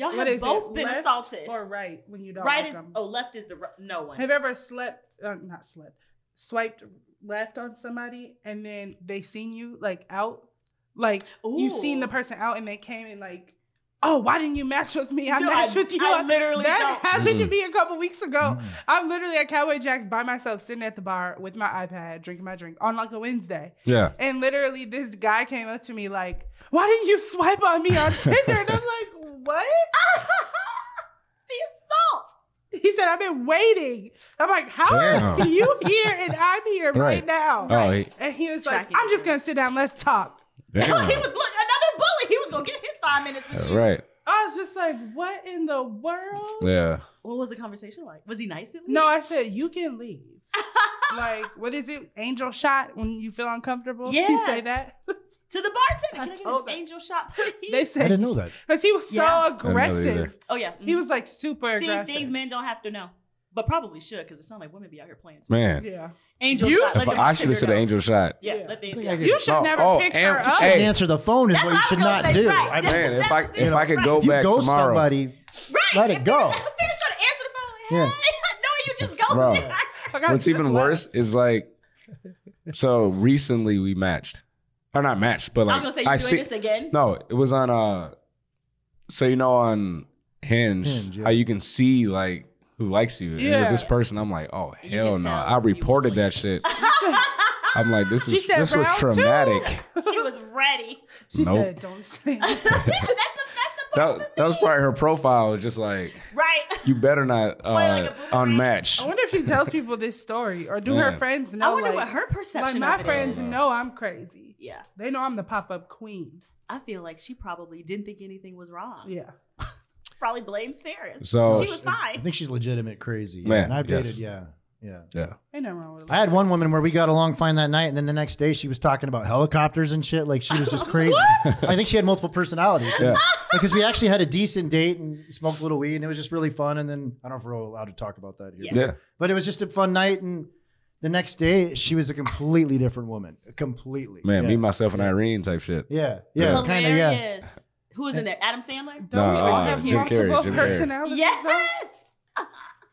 Y'all
what
have
is
both
it,
been
left
assaulted.
or right when you don't
right
like
is
them?
oh, left is the r- no one.
Have you ever slept? Uh, not slept. Swiped left on somebody and then they seen you like out, like you seen the
Ooh.
person out and they came and like, oh, why didn't you match with me? I
No,
matched
I-
with you.
I literally
that
don't.
happened to
Mm-mm.
me a couple weeks ago.
Mm.
I'm literally at Cowboy Jack's by myself, sitting at the bar with my iPad, drinking my drink on like a Wednesday.
Yeah.
And literally, this guy came up to me like, "Why didn't you swipe on me on Tinder?" And I'm like, "What?"
the assault.
He said, "I've been waiting." I'm like, "How are
Damn.
you here and I'm here right,
Right.
now?"
Oh, he,
And he was
Tracking
like, "I'm just
you.
gonna sit down. Let's talk."
damn.
he was look another bully. He was gonna get his five minutes with you.
Right.
I was just like, "What in the world?"
Yeah.
What was the conversation like? Was he nice at least?
No, I said, "You can leave." like, what is it? Angel shot when you feel uncomfortable. You say
Yes.
that.
to the
I
bartender. Can I,
told
get an
her.
angel shot, please?
They
I
said
didn't know that.
because he was so
Yeah.
aggressive.
oh yeah,
He was like super
See
aggressive.
things men don't have to know, but probably should because it sounds like women be out here playing. Too.
Man.
yeah.
Angel
You-
shot.
If
Let the
I, should
bartender
have said
know.
an angel shot.
Yeah,
Yeah.
let the.
I think
yeah.
I could-
You should
Oh,
never
oh,
pick
and-
her
you
up.
should-
Didn't
Hey.
answer the phone is
That's
what
what
you
I
should
was
not
gonna say,
do.
right.
I mean,
Man, if I if
You know,
I could go
if you
back
go
tomorrow.
somebody,
Right.
Let it go.
Finish trying to answer the phone.
Yeah.
Like, hey, no, you just go
Bro.
there.
Like, I
What's
just
even
laughed.
worse is like so recently we matched. Or not matched, but
I
like
was gonna say you doing this again.
No, it was on uh so you know on Hinge,
Hinge, yeah.
how you can see like who likes you. And it was
Yeah.
this person I'm like, oh
You
hell
can
no.
tell
I
you-
reported that shit. I'm like, this
She
is
said
this was
round two.
traumatic.
she was ready.
She
Nope.
said, "Don't say."
that's the
it."
that's the part
That,
for
that was
me.
probably her profile was just like
right.
You better not uh,
like a boomerang?
unmatch.
I wonder if she tells people this story or do her
Man.
friends know?
I wonder
like,
what her
like
perception.
my
of it
friends
is.
know I'm crazy.
Yeah,
They know I'm the pop up queen.
I feel like she probably didn't think anything was wrong.
Yeah.
Probably blames Ferris.
So
She was
I
fine.
think she's legitimate crazy. Yeah,
oh. Man,
and I've
yes.
dated, yeah, yeah.
yeah,
Ain't nothing wrong with
I
that.
had one woman where we got along fine that night, and then the next day she was talking about helicopters and shit. Like she was just crazy. I think she had multiple personalities.
Yeah.
Because we actually had a decent date and smoked a little weed, and it was just really fun. And then I don't know if we're allowed to talk about that here,
Yeah.
yeah,
but it was just a fun night. And the next day she was a completely different woman, completely.
man,
yeah.
me myself and Irene type shit.
yeah, yeah,
Yeah.
kind of, yeah.
Hilarious. Who was in there? Adam Sandler.
Don't we
No,
all
uh,
have
Jim
Carrey,
multiple
Jim Carrey.
personalities? though?
Yes.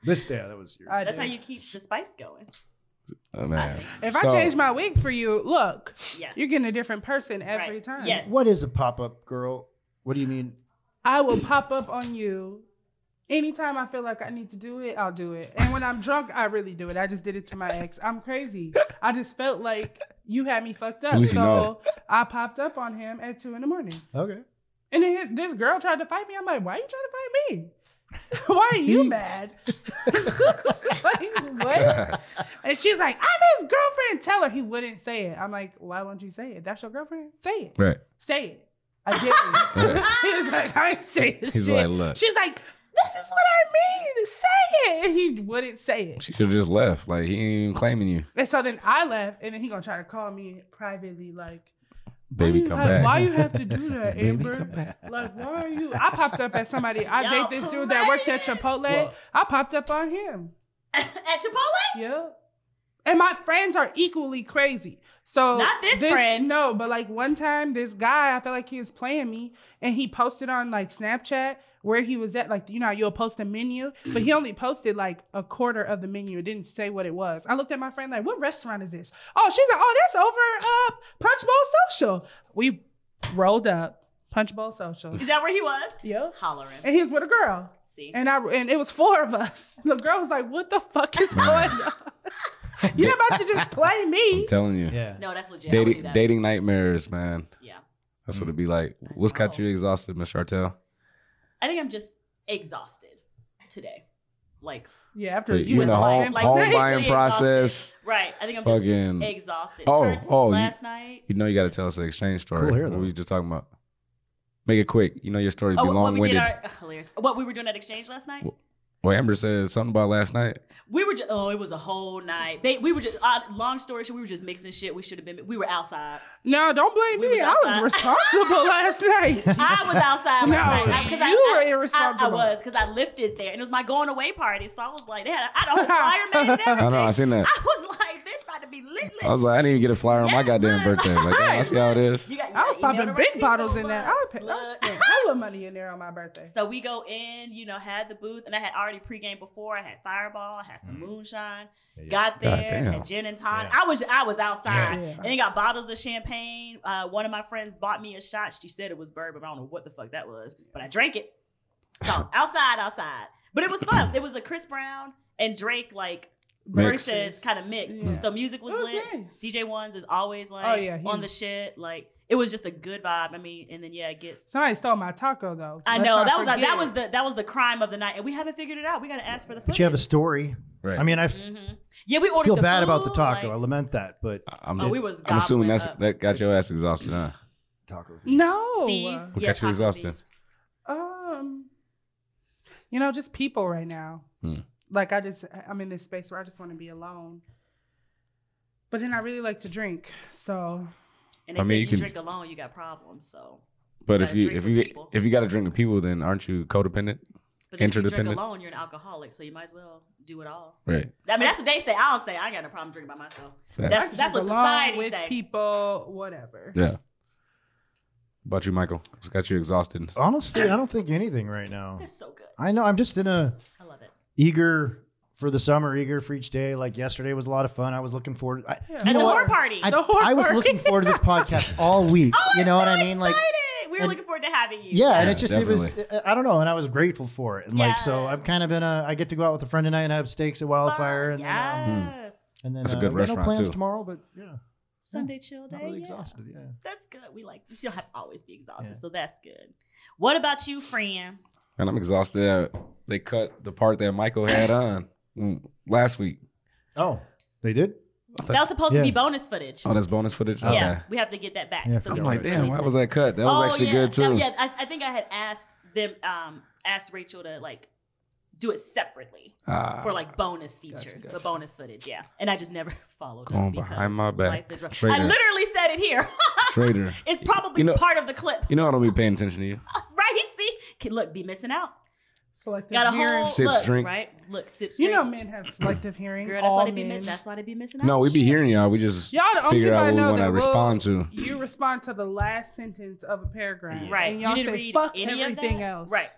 This day, that was your.
I
That's
do.
how you keep the spice going.
Oh,
I
man.
think.
If
So-
I change my wig for you, look,
Yes.
you're getting a different person every
Right.
time.
Yes.
What is a pop up girl? What do you mean?
I will pop up on you. Anytime I feel like I need to do it, I'll do it. And when I'm drunk, I really do it. I just did it to my ex. I'm crazy. I just felt like you had me fucked up.
At least
so
you know
I popped up on him at two in the morning.
Okay.
And then his- this girl tried to fight me. I'm like, why are you trying to fight me? Why are you mad? Like, what? And she's like, I'm his girlfriend. Tell her he wouldn't say it. I'm like, why won't you say it? That's your girlfriend? Say it.
right?
Say it. I did. it. he was like, I ain't say this
He's
shit.
like, look,
She's like, this is what I mean. Say it. And he wouldn't say it.
she should have just left. Like he ain't even claiming you,
And so then I left, and then he gonna try to call me privately, like, why
baby.
you
Come
have-
back,
Why you have to do that,
baby.
Amber?
Come back.
Like, why are you? I popped up at somebody. I
Y'all
date this dude that worked at Chipotle.
Well-
I popped up on him.
At Chipotle?
Yeah. And my friends are equally crazy. So
Not this friend.
No, but like one time, this guy, I felt like he was playing me, and he posted on like Snapchat where he was at. Like you know, how you'll post a menu, but he only posted like a quarter of the menu. It didn't say what it was. I looked at my friend like, "What restaurant is this?" Oh, she's like, "Oh, that's over uh Punch Bowl Social." We rolled up. Punch Bowl Socials.
Is that where he was?
Yep.
Hollering.
And he was with a girl.
See.
And I and it was four of us. The girl was like, "What the fuck is going on? You're not about to just play
I'm
me."
telling you.
Yeah.
No, that's legit. I would do
Dating,
that.
dating nightmares, man.
Yeah.
That's what it'd be like. What's got you exhausted, Miss Chartel?
I think I'm just exhausted today. Like,
Yeah, after
You, in
was
the
like-
home,
like
home
basically
buying process.
right. I think I'm just
Fucking.
exhausted.
Oh,
Turned
oh, you-
last night.
You know you got to tell us the exchange story.
Cool, here,
what
though.
were you just talking about? Make it quick. You know your stories be
Oh, what
long
we did
winded.
our ugh, hilarious. What we were doing at exchange last night?
Wh- Well, Amber said something about last night.
We were just oh, it was a whole night. They, we were just uh, long story short, we were just mixing shit. We should have been. We were outside.
No, don't blame
We
me.
was
I was
outside.
responsible last night.
I was outside
No,
last night because
you
I,
were
I,
irresponsible.
I, I was because I lifted there and it was my going away party. So I was like, they had a, I had a whole fireman and
I
everything.
know. I seen that.
I was like, bitch, about to be lit. lit.
I was like, I didn't even get a flyer on my
Yeah,
goddamn
right.
birthday. Like, damn, I see how it is.
You got- you
I
gotta
was
email
popping
the right
big
people,
bottles in that. I would pay. I
blood,
was
blood.
spending hella money in there on my birthday.
So we go in, you know, had the booth, and I had already pregame before. I had Fireball, I had some
Mm.
moonshine.
Yeah, yeah.
Got
God
there,
damn.
had gin and tonic.
Yeah.
I was I was outside,
Yeah.
and they got bottles of champagne. Uh, one of my friends bought me a shot. She said it was bourbon. I don't know what the fuck that was, but I drank it. So I was outside, outside. But it was fun. It was a Chris Brown and Drake like
Mix.
versus kind of mixed.
Yeah.
So music was,
It was
lit.
nice.
DJ Ones is always like
Oh, yeah, he
on the
was-
shit. Like it was just a good vibe. I mean, and then yeah, it gets
Somebody stole my taco though.
I
Let's
know
not
that was
forget.
that was the that was the crime of the night, and we haven't figured it out. We got to ask for the.
But you have a
footage.
story.
Right.
I mean, I f-
Mhm. Yeah, we ordered.
feel
the
bad
food,
about the taco. I
Like,
lament that, but
I'm,
oh, we was.
I'm assuming
gobbling
that's
up.
that got your ass exhausted, huh?
taco. thieves.
no
thieves.
What
yeah,
got you
taco
exhausted?
thieves.
Um, you know, just people right now.
Hmm.
Like I just, I'm in this space where I just want to be alone. But then I really like to drink, so
And they
I mean,
said
you
you
can-
drink alone, you got problems. So,
But
Gotta
if you
drink
if
with
you
people.
if you got to drink with people, then aren't you codependent?
but then if you drink
Interdependent.
alone, you're an alcoholic, so you might as well do it all.
Right.
I mean, that's what they say. I don't say I ain't got no problem drinking by myself.
Facts.
That's
I
that's what
just
society
with
say.
people, whatever.
Yeah. About you, Michael. It's got you exhausted.
Honestly, I don't think anything right now.
That's so good.
I know I'm just in a
I love it.
eager for the summer, eager for each day. Like yesterday was a lot of fun. I was looking forward. I,
Yeah.
And
know
the
what?
horror party.
I,
The whore
I was
party.
looking forward to this podcast all week.
oh,
you
I'm
know what
so
I mean? Like,
excited. we were
and-
looking forward to having you.
yeah, and
Yeah,
it's just
definitely.
it was I I don't know, and I was grateful for it. And like, so
Yeah.
I'm kind of in a I get to go out with a friend tonight and have steaks at Wildfire, and then, um,
yes.
and then
That's a
uh,
good
we got no
restaurant,
plans
too.
tomorrow, but yeah,
Sunday chill day.
not really
yeah.
exhausted. Yeah.
That's good. We like you don't have to always be exhausted,
Yeah.
so that's good. What about you, friend?
And I'm exhausted. They cut the part that Michael had on mm, last week.
Oh, they did.
That was supposed to be
Yeah.
bonus footage.
Oh, that's bonus footage.
okay.
Yeah, we have to get that back.
Yeah,
so we can
I'm like, damn,
release
why
it.
was that cut? That was
Oh,
actually
yeah.
good
No,
too.
yeah, I, I think I had asked them, um, asked Rachel to like do it separately
Ah,
for like bonus features,
gotcha,
the
gotcha.
bonus footage. Yeah, and I just never followed. up
Going
because
behind my back.
life is rough.
Straight
I
up.
literally said it here.
traitor.
it's probably
You know-
part of the clip,
You know I don't be paying attention to you.
right? See, Can- look, be missing out.
Selective
Got a
hearing.
whole
Sips,
look,
drink.
right? Look, sips.
You know,
drink.
men have selective hearing.
Girl, that's
All
why they be
men.
mi- that's why they be missing out.
No, we be
Shit.
hearing y'all. We just
Y'all the only
figure
people I
out what we
know
want
that
to
will-
respond to.
You respond to the last sentence of a paragraph,
Right.
And y'all
you didn't
say
read
fuck
any
everything
of that?
else,
Right.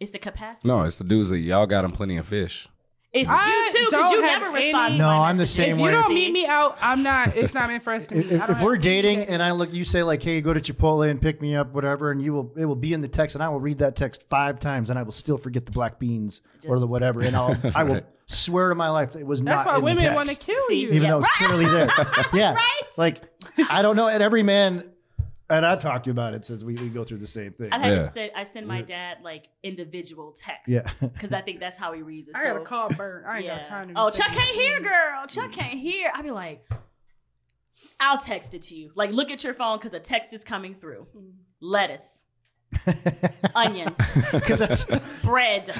It's the capacity.
No, it's the dudes that y'all got them plenty of fish.
It's
I
you too, because
don't
you
have
never respond.
any-
to my
No, I'm the
messages.
same
If
way.
you don't meet me out, I'm not. It's not meant for us to meet.
If,
I don't
if
have
we're
to
dating
meet
and I look, you say like, "Hey, go to Chipotle and pick me up, whatever," and you will it will be in the text, and I will read that text five times, and I will still forget the black beans or
Just-
the whatever, and I'll I will
Right.
swear to my life that it was
That's
not
why
in the
women
text,
want to kill
See,
you.
even
Yeah.
though it's clearly there. yeah,
Right?
like I don't know, and every man, and I talked to you about it says we, we go through the same thing.
I had
Yeah.
to send. I send my dad like individual texts.
Yeah.
Because I think that's how he reads it.
I gotta
So,
call Bert. I ain't
yeah.
got time to. be
Oh, Chuck
sitting
can't hear, girl. Chuck can't hear. I'd be like, I'll text it to you. Like, look at your phone because a text is coming through. Lettuce, onions,
Because that's,
bread.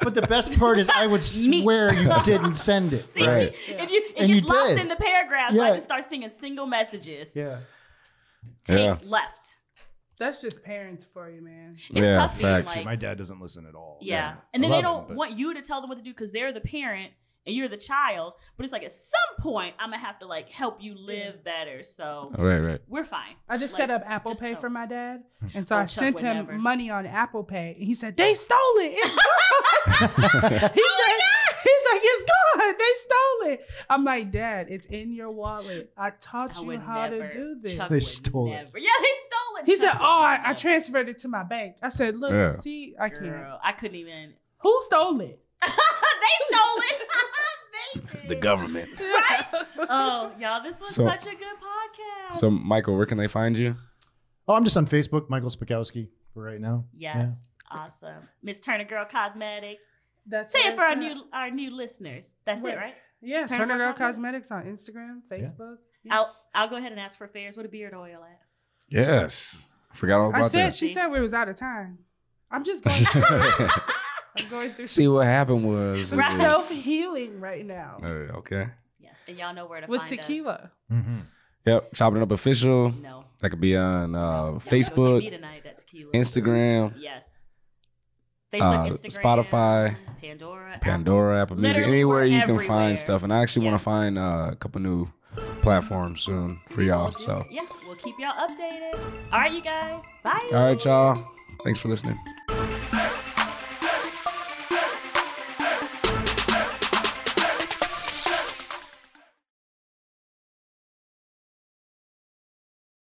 but the best part is I would
Meat.
swear you didn't send it.
See,
Right.
if you it
And you
gets lost
did.
in the paragraphs, so I
Yeah.
just start seeing single messages.
Yeah.
Take
Yeah.
left.
That's just parents for you, man.
It's
Yeah,
tough being
facts.
like,
My dad doesn't listen at all.
yeah. And then
I
they
love him,
don't
but-
want you to tell them what to do because they're the parent and you're the child. But it's like at some point, I'm gonna have to like help you live better. So
All right, right.
we're fine.
I just
Like,
set up Apple
just
Pay
don't.
for my dad, and so
Oh,
I
Chuck
sent
would
him
never.
money on Apple Pay, and he said they stole it. It's
Oh
gone. he said, he's like, it's gone. They stole it. I'm like, Dad, it's in your wallet. I taught
I
you
would
how
never.
to do this.
Chuck
They
would
stole it.
never. Yeah, they stole What?
He
Shut
said,
up,
"Oh, I, I
man."
transferred it to my bank." I said, "Look,
Yeah.
see, I can't.
Girl, I couldn't even.
Who stole it?"
they stole it. they did.
government.
Right? Oh, y'all, this was
So-
such a good podcast.
So, Michael, where can they find you?
Oh, I'm just on Facebook, Michael Spakowski, for right now.
yes, awesome. Miss Turner Girl Cosmetics.
That's
Say it for our
yeah.
new our new listeners. That's
Wait.
it, right?
yeah
Turner
Turner, Girl
Cosmetics?
Cosmetics on Instagram, Facebook. Yeah.
I'll I'll go ahead and ask for fares. What a beard oil at?
Yes. I forgot all
I
about
said
that.
she said we was out of time. I'm just going. through, I'm going through
See what happened was. it
Right.
was-
self healing right now
Uh, okay.
Yes, and y'all know where to
with
find Us.
tequila.
Mm-hmm.
Yep. Chopping up official.
No.
That could be on uh,
Y'all gonna get me
Facebook,
tonight, that tequila.
Instagram,
Yes. Facebook,
Uh,
Instagram,
Spotify,
Pandora, Apple.
Pandora, Apple Music,
Literally,
anywhere you
we're
can
everywhere.
find stuff. And I actually want
Yes.
to find uh, a couple new platforms soon for y'all. So,
Yeah, we'll keep y'all updated. All right, you guys. Bye.
all right, y'all. Thanks for listening.